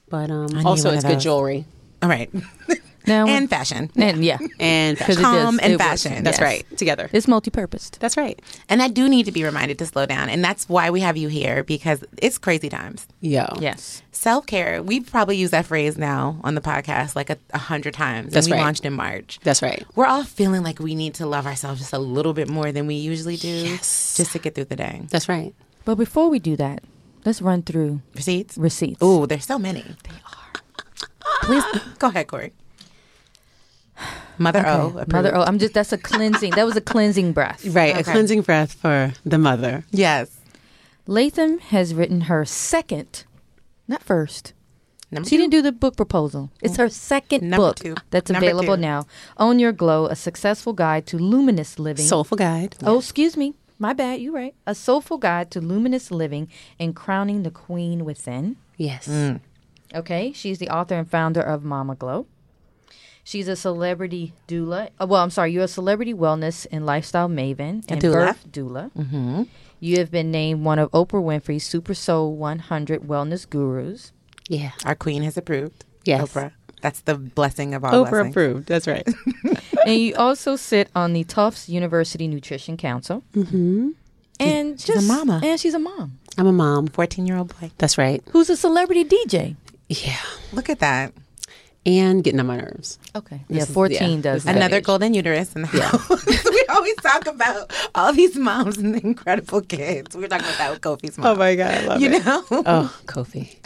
S3: But um, also
S2: one
S3: it's
S2: of
S3: good
S2: those.
S3: jewelry
S2: All right.
S1: Now,
S2: and fashion.
S1: and yeah,
S3: and
S1: 'Cause it
S2: Calm
S1: does-
S2: and
S1: it works.
S2: fashion.
S3: that's
S1: Yes.
S3: right together.
S1: It's multi-purposed.
S3: That's right.
S2: And I do need to be reminded to slow down. And that's why we have you here because it's crazy times.
S3: Yeah.
S1: Yes.
S2: Self care, we've probably used that phrase now on the podcast like a, a hundred times.
S3: That's
S2: and we
S3: right.
S2: launched in March.
S3: That's right.
S2: We're all feeling like we need to love ourselves just a little bit more than we usually do just to get through the day.
S3: That's right.
S1: But before we do that, let's run through
S2: Receipts?
S1: receipts.
S2: Ooh, there's so many. They are. Please go ahead, Corey. Mother O. approved.
S1: Mother. Oh, I'm just. That's a cleansing. that was a cleansing breath.
S3: Right. A
S2: Okay.
S3: cleansing breath for the mother.
S2: Yes.
S1: Latham has written her second, not first.
S2: Number
S1: She
S2: two. Mm.
S1: didn't do the book proposal. It's her second
S2: Number
S1: book
S2: two.
S1: that's
S2: Number
S1: available
S2: two.
S1: now. Own Your Glow: A Successful Guide to Luminous Living.
S2: Mm.
S3: Soulful guide.
S1: oh, excuse me.
S6: My bad, you right. A soulful guide to luminous living and crowning the queen within.
S4: Yes.
S2: Mm.
S6: Okay, she's the author and founder of Mama Glow. She's a celebrity doula. uh, Well, I'm sorry, you're a celebrity wellness and lifestyle maven and
S3: doula.
S6: birth doula. Mm-hmm. You have been named one of Oprah Winfrey's Super Soul 100 wellness gurus.
S4: Yeah.
S2: Our queen has approved.
S4: Yes.
S2: Oprah. That's the blessing of all
S3: Oprah
S2: blessings.
S3: approved. That's right.
S6: and you also sit on the Tufts University Nutrition Council. Mm-hmm. And she's
S2: a mama.
S6: And she's a mom
S7: I'm a mom.
S2: 14 year old boy.
S7: That's right.
S6: who's a celebrity DJ.
S7: Yeah.
S2: Look at that.
S7: And getting on my nerves.
S6: Okay. Yeah,
S7: This is-
S6: 14
S7: yeah,
S6: does
S7: this is
S6: that.
S2: Another
S7: age.
S2: golden uterus in the house. we always talk about all these moms and the incredible kids. We were talking about that with Kofi's mom.
S3: Oh god, I love
S2: you know?
S7: Oh, Kofi.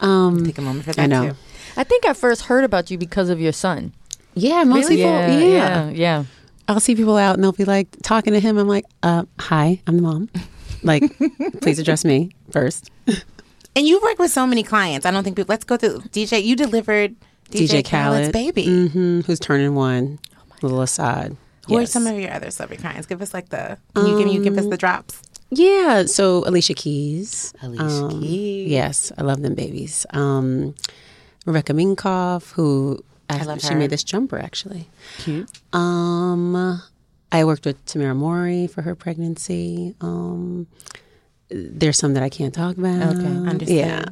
S7: Um,
S2: Take a moment for that
S7: I know.
S2: too.
S1: I think I first heard about you because of your son.
S7: Yeah, most people.
S1: Yeah,
S7: yeah.
S1: yeah, yeah.
S7: I'll see people out and they'll be like talking to him. I'm like, uh, hi, I'm the mom. Like, please address me first.
S2: And you've worked with so many clients. I don't think people, let's go through. DJ, you delivered DJ,
S7: DJ
S2: Khaled's
S7: Khaled.
S2: baby. Oh
S7: hmm Who's turning one? Little Assad.
S2: Who are
S7: Yes. Um,
S2: some of your other celebrity clients? Give us like the, can you, give, you give us the drops?
S7: Yeah, so Alicia Keys.
S2: Alicia
S7: Um,
S2: Keys.
S7: Yes, I love them babies. Um, Rebecca Minkoff, who I
S2: love
S7: she
S2: her.
S7: made this jumper actually. Cute. Um, I worked with Tamara Mori for her pregnancy. Um, there's some that I can't talk about. Okay,
S2: understood.
S7: Yeah,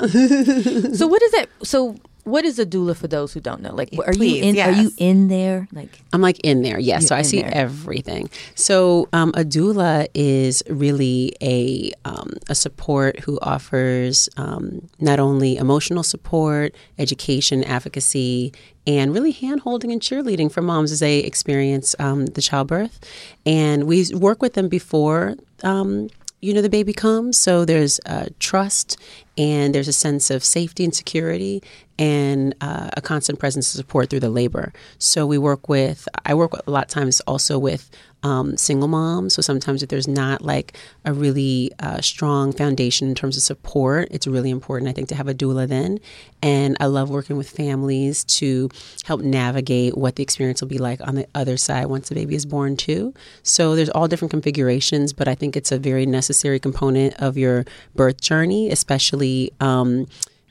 S1: So what is that? So what is a doula for those who don't know? Like, are
S2: Please,
S1: you in? Are you
S2: yes.
S1: in there? Like,
S7: I'm like in there. Yes, so I
S1: in
S7: see
S1: there.
S7: everything. So um, a doula is really a um, a support who offers um, not only emotional support, education, advocacy, and really hand holding and cheerleading for moms as they experience um, the childbirth. And we work with them before. Um, you know the baby comes so there's uh, trust and there's a sense of safety and security and uh, a constant presence of support through the labor so we work with i work a lot of times also with um, single moms so sometimes if there's not like a really uh, strong foundation in terms of support it's really important i think to have a doula then and i love working with families to help navigate what the experience will be like on the other side once the baby is born too so there's all different configurations but i think it's a very necessary component of your birth journey especially um,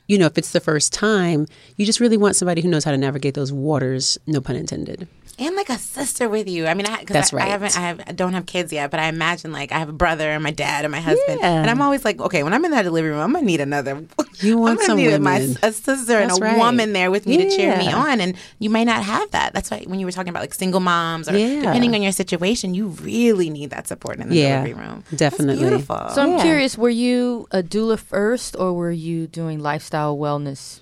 S7: you know if it's the first time you just really want somebody who knows how to navigate those waters no pun intended
S2: and like a sister with you. I mean, I, 'cause
S7: That's
S2: I, I
S7: right.
S2: haven't, I, have, I don't have kids yet, but I imagine like I have a brother and my dad and my husband, and I'm always like, okay, when I'm in that delivery room, I'm gonna need another.
S7: You want
S2: I'm
S7: some
S2: gonna need my
S7: women.
S2: a sister and
S7: That's
S2: a
S7: right.
S2: woman there with me to cheer me
S7: Yeah.
S2: on, and you might not have that. That's why when you were talking about like single moms or
S7: Yeah.
S2: depending on your situation, you really need that support in the
S7: Yeah,
S2: delivery room.
S7: definitely.
S2: That's beautiful.
S1: so I'm curious. Were you a doula first, or were you doing lifestyle wellness?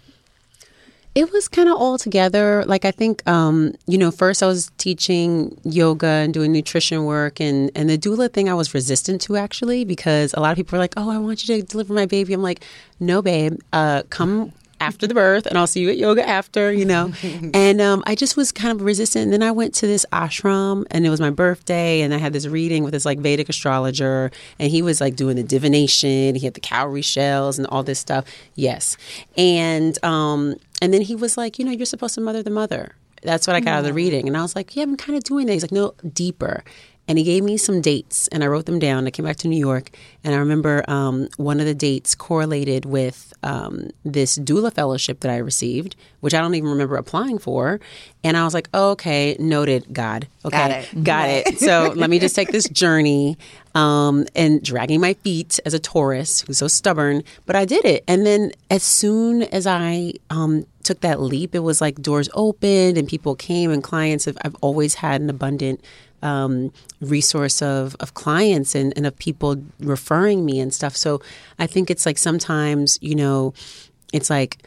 S7: It was kind of all together. Like I think, um, you know, first I was teaching yoga and doing nutrition work, and and the doula thing I was resistant to actually because a lot of people were like, "Oh, I want you to deliver my baby." I'm like, "No, babe, uh, come." After the birth, and I'll see you at yoga after, you know. and um, I just was kind of resistant. And then I went to this ashram, and it was my birthday, and I had this reading with this like Vedic astrologer, and he was like doing the divination. He had the cowrie shells and all this stuff. Yes, and um, and then he was like, you know, you're supposed to mother the mother. That's what I got out of the reading. And I was like, yeah, I'm kind of doing that. He's like, no, deeper. And he gave me some dates and I wrote them down. I came back to New York and I remember um, one of the dates correlated with um, this doula fellowship that I received, which I don't even remember applying for. And I was like, oh, okay, noted, God. Okay, got
S2: it.
S7: it. So let me just take this journey um, and dragging my feet as a Taurus who's so stubborn, but I did it. And then as soon as I um, took that leap, it was like doors opened and people came and clients. Have, I've always had an abundant um, resource of, of clients and, and of people referring me and stuff. So I think it's like sometimes, you know, it's like,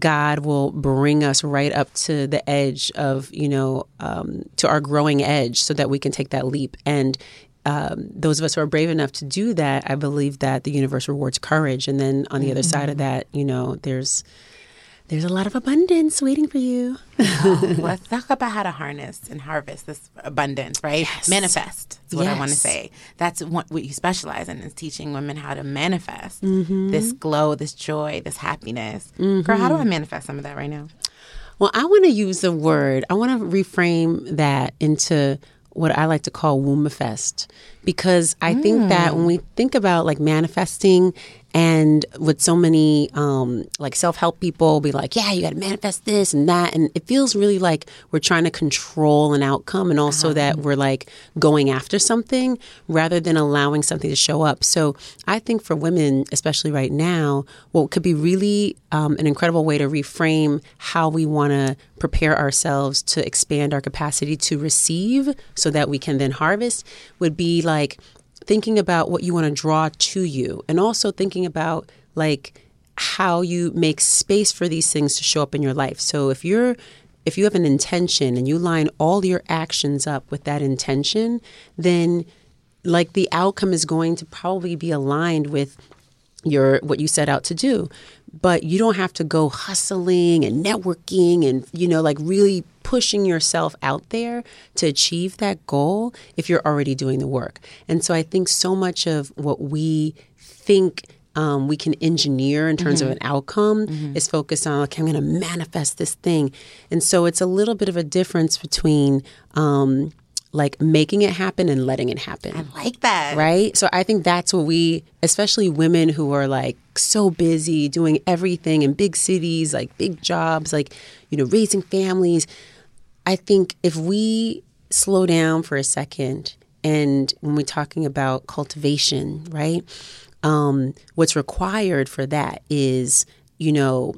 S7: God will bring us right up to the edge of, you know, um, to our growing edge so that we can take that leap. And um, those of us who are brave enough to do that, I believe that the universe rewards courage. And then on the other side of that, you know, there's there's a lot of abundance waiting for you.
S2: Let's talk about how to harness and harvest this abundance, right? Manifest is what I want to
S7: Yes.
S2: say. That's what, what you specialize in is teaching women how to manifest this glow, this joy, this happiness. Girl, how do I manifest some of that right now?
S7: Well, I want to use the word. I want to reframe that into what I like to call wombfest because I think that when we think about like manifesting and with so many um, like self-help people be like yeah you got to manifest this and that and it feels really like we're trying to control an outcome and also that we're like going after something rather than allowing something to show up so i think for women especially right now what could be really um, an incredible way to reframe how we want to prepare ourselves to expand our capacity to receive so that we can then harvest would be like thinking about what you want to draw to you and also thinking about like how you make space for these things to show up in your life. So if you're if you have an intention and you line all your actions up with that intention, then like the outcome is going to probably be aligned with your what you set out to do but you don't have to go hustling and networking and you know like really pushing yourself out there to achieve that goal if you're already doing the work and so i think so much of what we think um, we can engineer in terms of an outcome is focused on okay i'm going to manifest this thing and so it's a little bit of a difference between um, like making it happen and letting it happen
S2: Like that.
S7: right? So I think that's what we, especially women who are like so busy doing everything in big cities, like big jobs, like, you know, raising families. I think if we slow down for a second and when we're talking about cultivation, right? Um, what's required for that is, you know,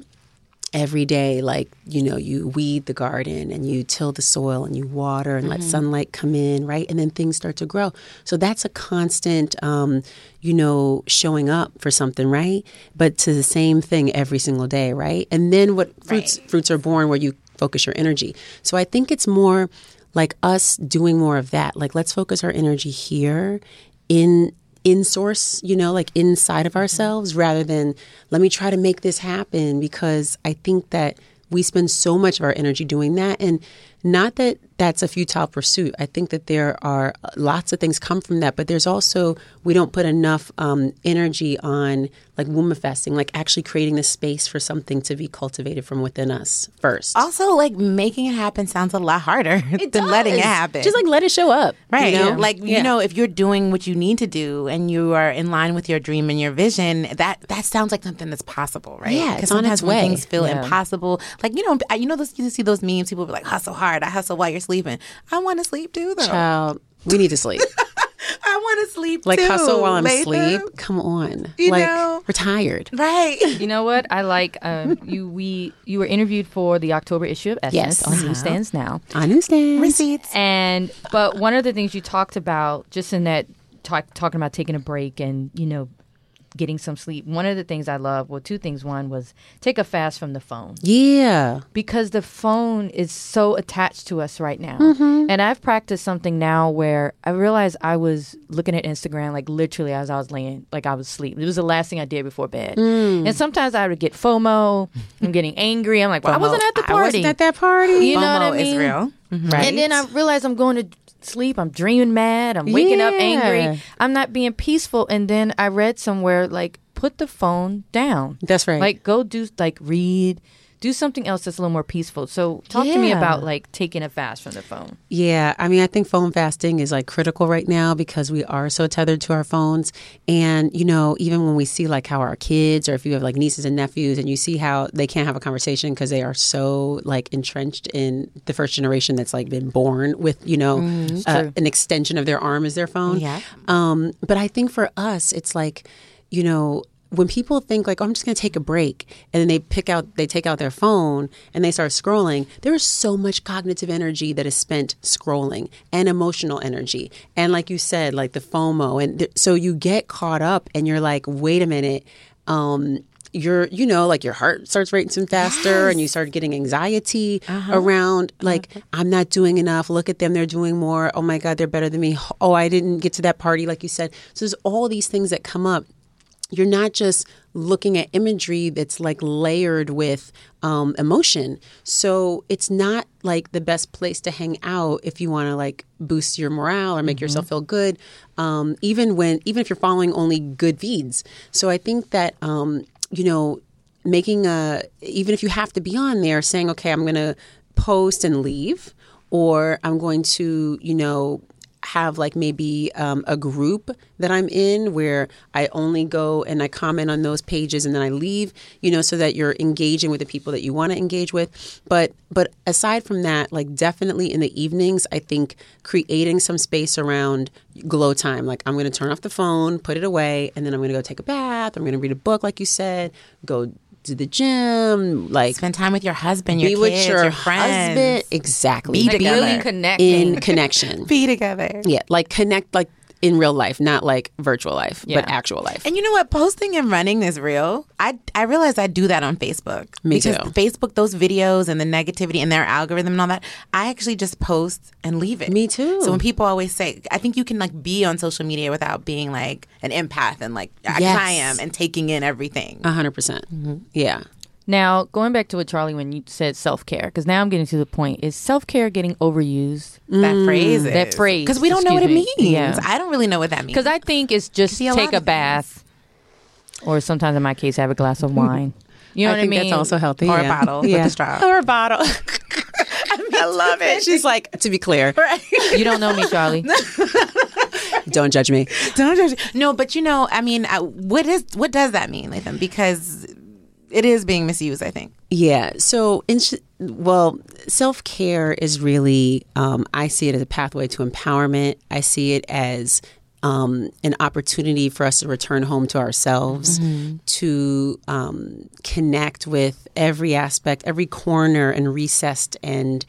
S7: every day like you know you weed the garden and you till the soil and you water and let sunlight come in right and then things start to grow so that's a constant um, you know showing up for something right but to the same thing every single day right and then what fruits fruits are born where you focus your energy so i think it's more like us doing more of that like let's focus our energy here in in source, you know, like inside
S2: Mm-hmm.
S7: of ourselves rather than let me try to make this happen because I think that we spend so much of our energy doing that and not that that's a futile pursuit. I think that there are uh, lots of things come from that, but there's also we don't put enough um, energy on like womafesting, like actually creating the space for something to be cultivated from within us first.
S2: Also, like making it happen sounds a lot harder than letting it happen.
S7: Just like let it show up,
S2: Right.
S7: You know?
S2: Like, you know, if you're doing what you need to do and you are in line with your dream and your vision, that that sounds like something that's possible, right?
S7: Yeah,
S2: 'Cause
S7: it's on its
S2: sometimes when
S7: way.
S2: Things feel impossible. Like, you know, I- you know, those, you see those memes, people be like, hustle hard, I hustle while you're sleeping. I want to sleep too, though.
S7: Child, we need to sleep.
S2: I want to sleep
S7: Like
S2: too.
S7: hustle while I'm asleep.
S2: Latham.
S7: Come on.
S2: You
S7: like
S2: know?
S7: we're tired.
S2: Right.
S5: You know what? I like um, you. We you were interviewed for the October issue of Essence
S7: Yes.
S5: on
S1: Uh-huh.
S5: Who Stands Now,
S7: I understand.
S2: Receipts.
S5: and but one of the things you talked about just in that talk, talking about taking a break and you know getting some sleep. One of the things I love, well, two things. One was take a fast from the phone.
S7: Yeah.
S5: because the phone is so attached to us right now. And I've practiced something now where I realized I was looking at Instagram like literally as I was laying, like I was asleep. It was the last thing I did before bed. And sometimes I would get FOMO. I'm getting angry. I'm like, well, I wasn't at the party.
S7: I wasn't at that party.
S5: You know what I
S2: FOMO is
S5: mean?
S2: real. Right.
S5: And then I realize I'm going to sleep. I'm dreaming mad. I'm waking up
S7: Yeah.
S5: angry. I'm not being peaceful. And then I read somewhere like put the phone down.
S7: That's right.
S5: Like go do like read, do something else that's a little more peaceful. So talk to me
S7: Yeah.
S5: about like taking a fast from the phone.
S7: Yeah, I mean, I think phone fasting is like critical right now because we are so tethered to our phones. And, you know, even when we see like how our kids or if you have like nieces and nephews and you see how they can't have a conversation because they are so like entrenched in the first generation that's like been born with, you know, uh, an extension of their arm as their phone.
S2: Yeah.
S7: Um, but I think for us, it's like, you know, when people think like, oh, I'm just going to take a break, and then they pick out, they take out their phone and they start scrolling. There is so much cognitive energy that is spent scrolling and emotional energy, and like you said, like the FOMO, and th- so you get caught up, and you're like, wait a minute, um, your you know like your heart starts racing faster and you start getting anxiety around like i'm not doing enough look at them they're doing more oh my god they're better than me oh i didn't get to that party like you said so there's all these things that come up you're not just looking at imagery that's like layered with um, emotion so it's not like the best place to hang out if you want to like boost your morale or make yourself feel good um, even when even if you're following only good feeds so i think that um, you know making a even if you have to be on there saying okay i'm going to post and leave or I'm going to, you know, have like maybe um, a group that I'm in where I only go and I comment on those pages and then I leave, you know, so that you're engaging with the people that you want to engage with. But but aside from that, like definitely in the evenings, I think creating some space around glow time. Like I'm going to turn off the phone, put it away, and then I'm going to go take a bath. I'm going to read a book, like you said. Go to the gym, like
S2: Spend time with your husband, your
S7: be
S2: kids,
S7: with your,
S2: friends.
S7: husband. Exactly.
S2: Be together.
S5: Really connecting.
S7: in connection.
S2: Be together.
S7: Yeah, like connect like in real life, not like virtual life,
S5: Yeah.
S7: but actual life.
S2: And you know what? Posting and running is real. I I realize I do that on Facebook.
S7: Me
S2: because
S7: too.
S2: Facebook, those videos and the negativity and their algorithm and all that, I actually just post and leave it.
S7: Me too.
S2: So when people always say, I think you can like be on social media without being like an empath and like I,
S7: Yes.
S2: I am and taking in everything.
S1: Uh,
S7: A hundred percent.
S2: Mm-hmm.
S7: Yeah.
S1: Now, going back to what Charlie when you said self care, because now I'm getting to the point: is self care getting overused?
S2: that phrase. Is.
S1: mm, that phrase,
S2: Because we don't know what it
S1: excuse
S2: means.
S1: me. Yeah.
S2: I don't really know what that means.
S1: Because I think it's just
S2: be a lot
S1: take a
S2: of
S1: bath, or sometimes in my case, have a glass
S2: Mm-hmm.
S1: of wine. You know
S7: I
S1: what
S7: think
S1: I mean?
S7: that's also healthy.
S2: Or a
S7: yeah.
S2: bottle with
S7: yeah.
S2: a straw.
S7: Or a bottle.
S2: I love it.
S7: She's like, to be clear,
S1: You don't know me, Charlie.
S7: don't judge me.
S2: Don't judge- No, but you know, I mean, I, what is what does that mean, Latham? Because it is being misused. I think.
S7: Yeah. So, in sh- well, self care is really, um, I see it as a pathway to empowerment. I see it as um, an opportunity for us to return home to ourselves, to um, connect with every aspect, every corner, and recessed and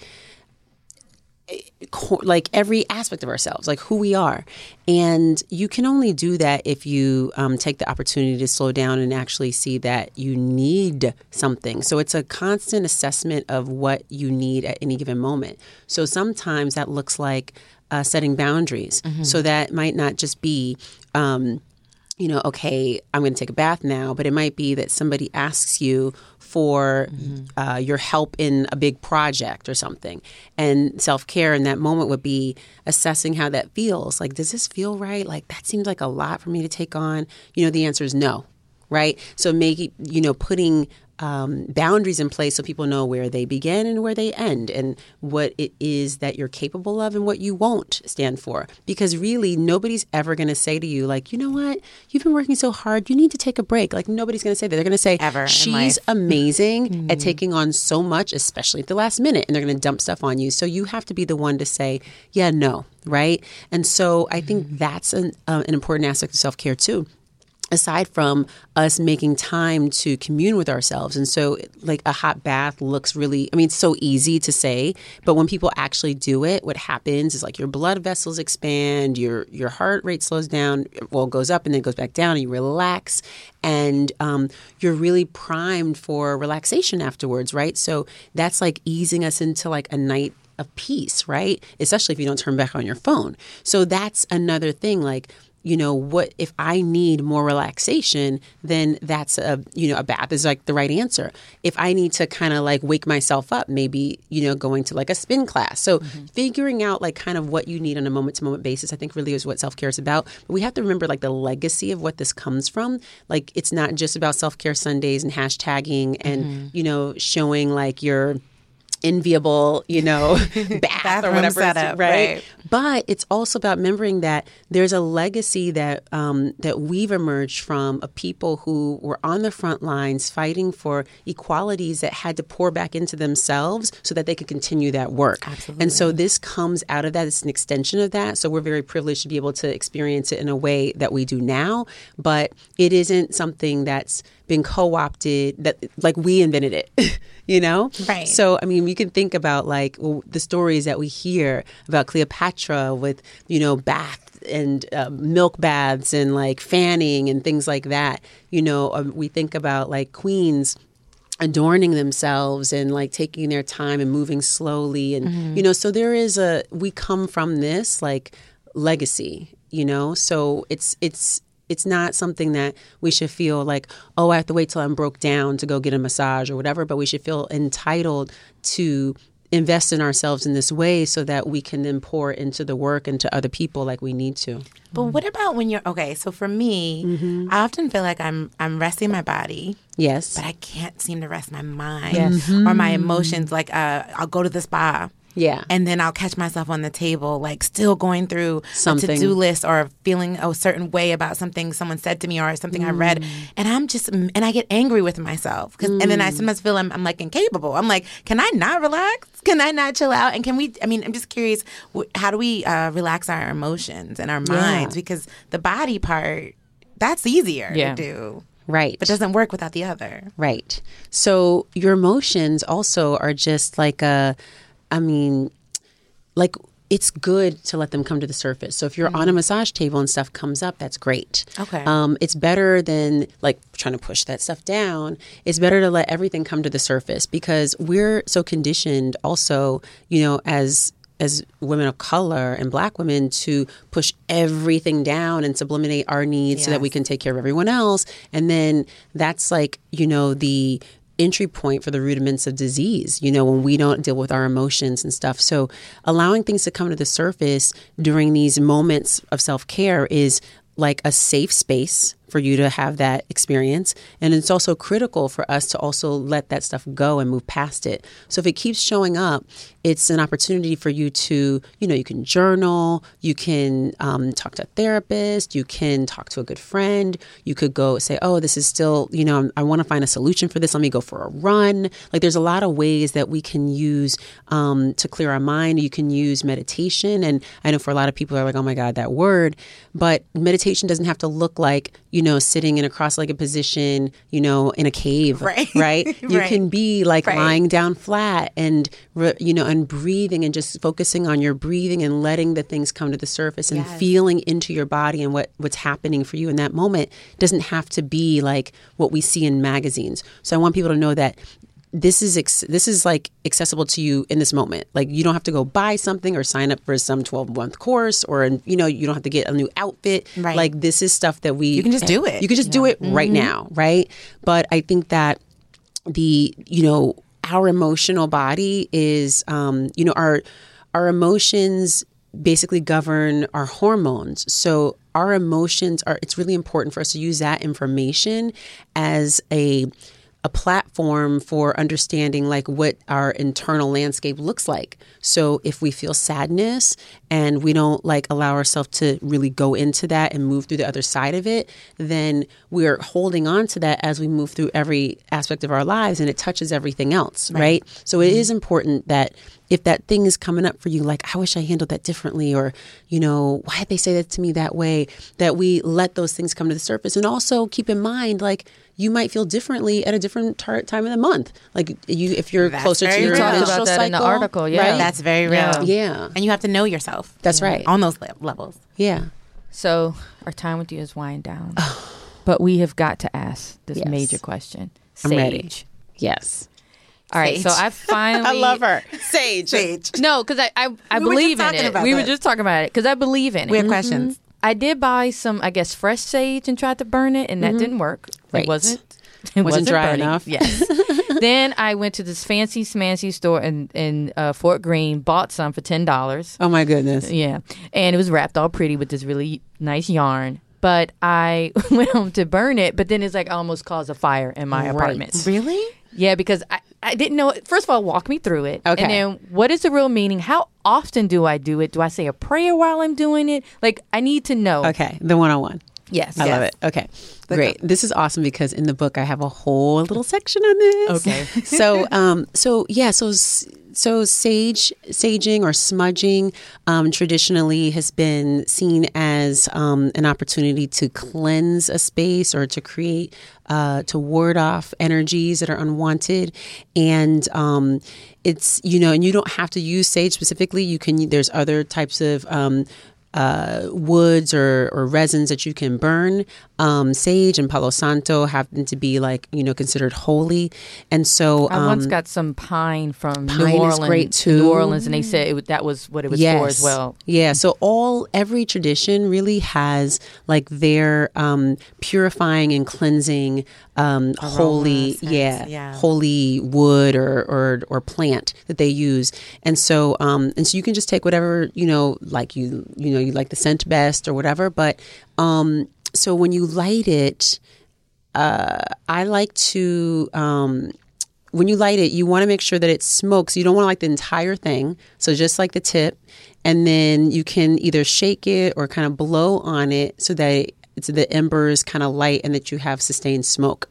S7: cor- like every aspect of ourselves, like who we are. And you can only do that if you um, take the opportunity to slow down and actually see that you need something. So it's a constant assessment of what you need at any given moment. So sometimes that looks like uh, setting boundaries. So that might not just be, um, you know, okay, I'm going to take a bath now, but it might be that somebody asks you for uh, your help in a big project or something. And self care in that moment would be assessing how that feels. Like, does this feel right? Like, that seems like a lot for me to take on. You know, the answer is no, right? So, making, you know, putting um, boundaries in place so people know where they begin and where they end and what it is that you're capable of and what you won't stand for. Because really, nobody's ever going to say to you, like, you know what, you've been working so hard, you need to take a break. Like, nobody's going to say that. They're going to say,
S2: Ever in life.
S7: she's amazing at taking on so much, especially at the last minute, and they're going to dump stuff on you. So you have to be the one to say, yeah, no, right? And so I think that's an, uh, an important aspect of self care too aside from us making time to commune with ourselves and so like a hot bath looks really i mean it's so easy to say but when people actually do it what happens is like your blood vessels expand your your heart rate slows down well it goes up and then it goes back down and you relax and um, you're really primed for relaxation afterwards right so that's like easing us into like a night of peace right especially if you don't turn back on your phone so that's another thing like you know what if i need more relaxation then that's a you know a bath is like the right answer if i need to kind of like wake myself up maybe you know going to like a spin class so
S2: Mm-hmm.
S7: figuring out like kind of what you need on a moment to moment basis i think really is what self-care is about but we have to remember like the legacy of what this comes from like it's not just about self-care sundays and hashtagging and
S2: Mm-hmm.
S7: you know showing like your enviable, you know, bath or
S2: Bathroom
S7: whatever, it's-
S2: setup, right.
S7: But it's also about remembering that there's a legacy that um, that we've emerged from of people who were on the front lines fighting for equalities that had to pour back into themselves so that they could continue that work. Absolutely. And so this comes out of that. It's an extension of that. So we're very privileged to be able to experience it in a way that we do now. But it isn't something that's been co-opted that like we invented it. you know
S2: Right.
S7: so i mean you can think about like well, the stories that we hear about cleopatra with you know bath and uh, milk baths and like fanning and things like that you know um, we think about like queens adorning themselves and like taking their time and moving slowly and you know so there is a we come from this like legacy you know so it's it's it's not something that we should feel like oh i have to wait till i'm broke down to go get a massage or whatever but we should feel entitled to invest in ourselves in this way so that we can then pour into the work and to other people like we need to
S2: But what about when you're okay? So for me, I often feel like I'm I'm resting my body,
S7: yes
S2: but I can't seem to rest my mind or my emotions. Like uh, I'll go to the spa.
S7: Mm-hmm. Yeah.
S2: And then I'll catch myself on the table, like still going through
S7: Something.
S2: a to do list or feeling a certain way about something someone said to me or something I
S7: Mm.
S2: read. And I'm just, and I get angry with myself. 'Cause- And
S7: Mm.
S2: then I sometimes feel I'm, I'm like incapable. I'm like, can I not relax? Can I not chill out? And can we, I mean, I'm just curious, wh- how do we uh, relax our emotions and our minds? Because the body part, that's easier
S1: Yeah.
S2: to do.
S7: Right.
S2: But doesn't work without the other.
S7: Right. So your emotions also are just like a, I mean, like it's good to let them come to the surface. So if you're on a massage table and stuff comes up, that's great.
S2: Okay.
S7: Um, it's better than like trying to push that stuff down. It's better to let everything come to the surface because we're so conditioned also, you know, as as women of color and black women to push everything down and sublimate our needs so that we can take care of everyone else. And then that's like, you know, the entry point for the rudiments of disease, you know, when we don't deal with our emotions and stuff. So, allowing things to come to the surface during these moments of self care is like a safe space for you to have that experience. And it's also critical for us to also let that stuff go and move past it. So if it keeps showing up, it's an opportunity for you to, you know, you can journal, you can um, talk to a therapist, you can talk to a good friend, you could go say, oh, this is still, you know, I'm- I want to find a solution for this. Let me go for a run. Like there's a lot of ways that we can use um, to clear our mind. You can use meditation. And I know for a lot of people are like, oh my God, that word. But meditation doesn't have to look like, you know, sitting in a cross legged position, you know, in a cave.
S2: Right.
S7: Right. You
S2: Right.
S7: can be like
S2: Right.
S7: lying down flat and, re- you know, and breathing and just focusing on your breathing and letting the things come to the surface and feeling into your body and what, what's happening for you in that moment doesn't have to be like what we see in magazines. So I want people to know that this is ex- this is like accessible to you in this moment. Like you don't have to go buy something or sign up for some twelve month course or and you know you don't have to get a new outfit.
S2: Right.
S7: Like this is stuff that we you
S2: can just do it. Mm-hmm.
S7: You can just do it right now, right? But I think that the you know our emotional body is um, you know our our emotions basically govern our hormones. So our emotions are it's really important for us to use that information as a a platform for understanding like what our internal landscape looks like. So if we feel sadness and we don't like allow ourselves to really go into that and move through the other side of it, then we're holding on to that as we move through every aspect of our lives and it touches everything else, right? So it is important that if that thing is coming up for you like I wish I handled that differently or you know why did they say that to me that way that we let those things come to the surface and also keep in mind like you might feel differently at a different tar- time of the month like you if you're
S2: That's
S7: closer to
S2: very
S7: your
S2: real.
S6: talked
S7: menstrual
S6: about that
S7: cycle,
S6: in the article, yeah.
S7: right?
S2: That's very real.
S5: Yeah.
S7: yeah
S2: And you have to know yourself.
S7: That's right.
S2: On those le- levels.
S7: yeah
S1: So our time with you is wind down, but we have got to ask this
S7: Yes.
S1: major question. Sage.
S7: I'm ready. yes
S1: All right, so
S2: Sage.
S1: I finally
S7: her sage
S2: Sage.
S1: No, because I I, I
S2: We were just
S1: believe in
S2: talking
S1: it.
S2: about
S1: We were
S2: that.
S1: just talking about it because I believe in
S2: We
S1: it.
S2: have questions.
S1: I did buy some, I guess, fresh sage and tried to burn it, and that didn't work.
S7: Mm-hmm. Right.
S1: It wasn't. It
S7: Wasn't dry
S1: burning.
S7: enough.
S1: Yes. then I went to this fancy smancy store in in uh, Fort Greene, bought some for ten dollars.
S7: oh my goodness
S1: Yeah. And it was wrapped all pretty with this really nice yarn. But I went home to burn it, but then it's like almost caused a fire in my apartment.
S2: Really?
S1: Yeah, because I, I didn't know. First of all, walk me through it.
S7: Okay.
S1: And then what is the real meaning? How often do I do it? Do I say a prayer while I'm doing it? Like, I need to know.
S7: okay the one on one
S1: Yes.
S7: I love it. Okay. Great. This is awesome because in the book I have a whole little section on this.
S1: Okay.
S7: so um so yeah, so s- so sage saging or smudging um, traditionally has been seen as um, an opportunity to cleanse a space or to create uh, to ward off energies that are unwanted and um, it's you know and you don't have to use sage specifically you can there's other types of um, uh, woods or, or resins that you can burn. Um, sage and Palo Santo happen to be like you know considered holy, and so
S1: I
S7: um,
S1: once got some pine from
S7: Pine
S1: New
S7: is
S1: Orleans.
S7: great, too.
S1: New Orleans, and they said it, that was what it was for as well.
S7: Yeah. So all every tradition really has like their um, purifying and cleansing um, holy,
S2: scents,
S7: yeah,
S2: yeah.
S7: holy wood or, or or plant that they use, and so um, and so you can just take whatever you know, like you you know you like the scent best or whatever. But um, so when you light it, uh, I like to. Um, when you light it, you want to make sure that it smokes. You don't want to light the entire thing. So just like the tip. And then you can either shake it or kind of blow on it so that it's the embers kind of light and that you have sustained smoke.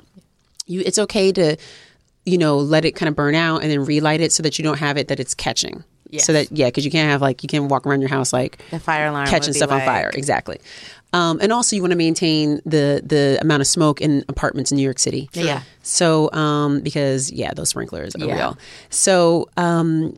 S7: You it's okay to, you know, let it kind of burn out and then relight it so that you don't have it that it's catching. So that yeah, because you can't have like you can't walk around your house like
S2: The fire alarm would
S7: catching
S2: be
S7: stuff on
S2: like-
S7: fire exactly. Um, and also, you want to maintain the the amount of smoke in apartments in New York City.
S2: Yeah.
S7: So, um, because yeah, those sprinklers are real. So, um,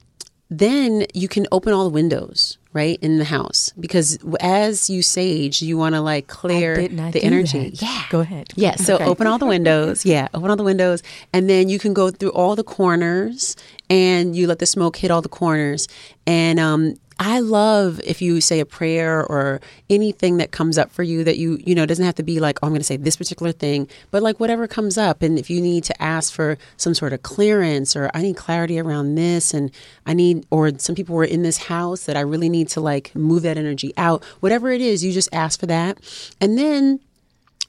S7: then you can open all the windows right in the house because as you sage, you want to like clear
S1: did not
S7: the
S1: do
S7: energy.
S1: that.
S7: Yeah.
S1: Go ahead.
S7: Yeah. So open all the windows. Yeah. Open all the windows, and then you can go through all the corners, and you let the smoke hit all the corners, and um. I love if you say a prayer or anything that comes up for you that you you know it doesn't have to be like oh I'm going to say this particular thing but like whatever comes up and if you need to ask for some sort of clearance or I need clarity around this and I need or some people were in this house that I really need to like move that energy out whatever it is you just ask for that and then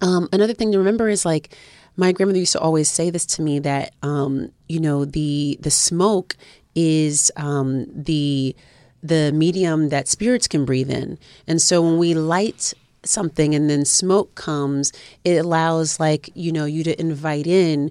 S7: um, another thing to remember is like my grandmother used to always say this to me that um, you know the the smoke is um, the the medium that spirits can breathe in, and so when we light something and then smoke comes, it allows like you know you to invite in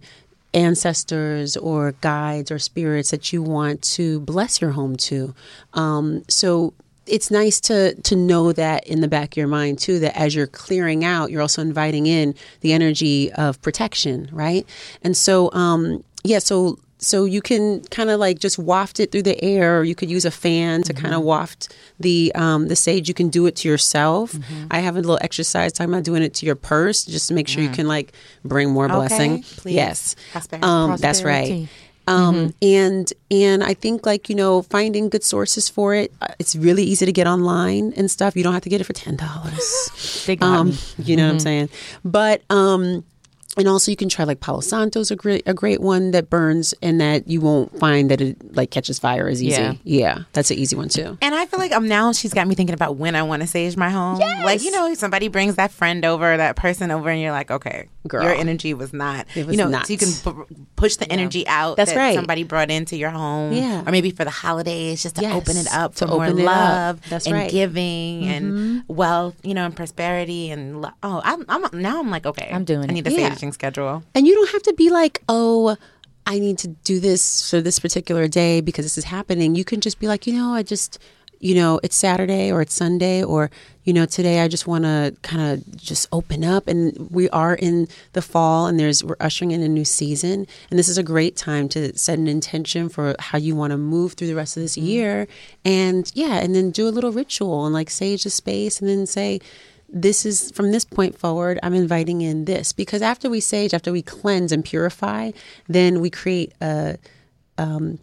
S7: ancestors or guides or spirits that you want to bless your home to. Um, so it's nice to to know that in the back of your mind too that as you're clearing out you're also inviting in the energy of protection right and so um yeah so so you can kind of like just waft it through the air or you could use a fan to kind of waft the um the sage you can do it to yourself i have a little exercise talking about doing it to your purse just to make sure you can like bring more blessing
S2: please.
S7: yes
S2: Prosperity.
S7: um, that's right
S1: Prosperity.
S7: um, and and I think like you know finding good sources for it. uh, It's really easy to get online and stuff. You don't have to get it for ten dollars.
S1: They got
S7: um,
S1: me.
S7: you know what I'm saying? But um, and also you can try like Palo Santo's a great a great one that burns and that you won't find that it like catches fire as easy.
S1: Yeah.
S7: Yeah, that's an easy one too.
S2: And I feel like um now she's got me thinking about when I want to sage my home. Like you know, somebody brings that friend over, that person over, and you're like, okay,
S7: Girl.
S2: your energy was not.
S7: was
S2: you know,
S7: not.
S2: so you can b- push the energy out.
S7: That's
S2: that
S7: right.
S2: Somebody brought into your home,
S7: Yeah.
S2: or maybe for the holidays, just to
S7: Yes,
S2: open it up
S7: to
S2: to more
S7: open it up.
S2: love,
S7: That's
S2: and
S7: right. Mm-hmm.
S2: giving, and wealth, you know, and prosperity, and lo- oh, I'm, I'm now I'm like, okay, I'm
S1: doing
S2: I
S1: it.
S2: need a
S7: Yeah.
S2: saging schedule.
S7: And you don't have to be like, oh, I need to do this for this particular day because this is happening. You can just be like, you know, I just, you know, it's Saturday or it's Sunday or, you know, today I just want to kind of just open up. And we are in the fall and there's, we're ushering in a new season. And this is a great time to set an intention for how you want to move through the rest of this year. And yeah, and then do a little ritual and like sage the space and then say, this is from this point forward, I'm inviting in this because after we sage, after we cleanse and purify, then we create a um,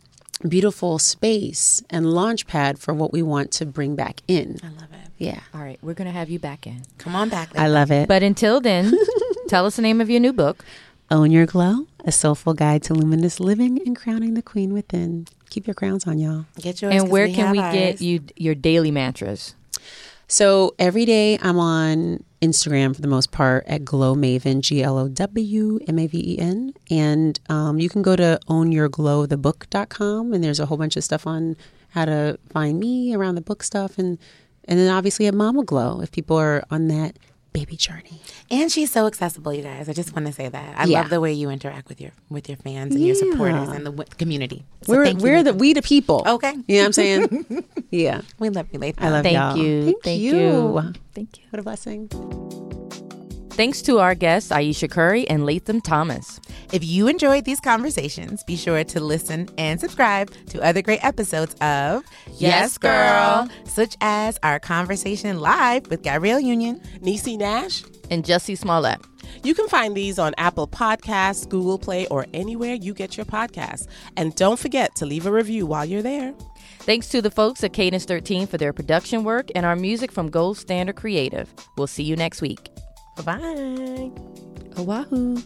S7: beautiful space and launch pad for what we want to bring back in. I love it. Yeah.
S1: All right, we're gonna have you back in.
S2: Come on back.
S7: I love it.
S6: But until then, tell us the name of your new book.
S7: Own Your Glow, a soulful guide to luminous living and crowning the queen within. Keep your crowns on, y'all.
S2: Get yours.
S6: And
S2: 'cause
S6: where can
S2: have
S6: we
S2: ours.
S6: get you your daily mantras?
S7: So every day I'm on Instagram for the most part at Glow Maven, G L O W M A V E N. And um, you can go to ownyourglowthebook.com and there's a whole bunch of stuff on how to find me around the book stuff. And, and then obviously at Mama Glow if people are on that baby journey.
S2: And she's so accessible, you guys. I just want to say that. I
S7: Yeah.
S2: love the way you interact with your with your fans and your supporters and the w- community. So
S7: we're
S2: thank you,
S7: we're
S2: Nika.
S7: the we the people.
S2: Okay.
S7: You know what I'm saying? yeah.
S2: we love you, Lathan.
S7: I love
S6: Thank
S7: y'all.
S6: you.
S7: Thank,
S6: Thank
S7: you.
S6: you.
S7: Thank you. What a blessing.
S1: Thanks to our guests Aisha Curry and Latham Thomas.
S2: If you enjoyed these conversations, be sure to listen and subscribe to other great episodes of
S1: Yes, Girl.
S2: such as our conversation live with Gabrielle Union.
S3: Niecy Nash.
S1: and Jesse Smollett.
S3: You can find these on Apple Podcasts, Google Play, or anywhere you get your podcasts. And don't forget to leave a review while you're there.
S1: Thanks to the folks at Cadence 13 for their production work and our music from Gold Standard Creative. We'll see you next week.
S2: Bye bye.
S1: Oahu.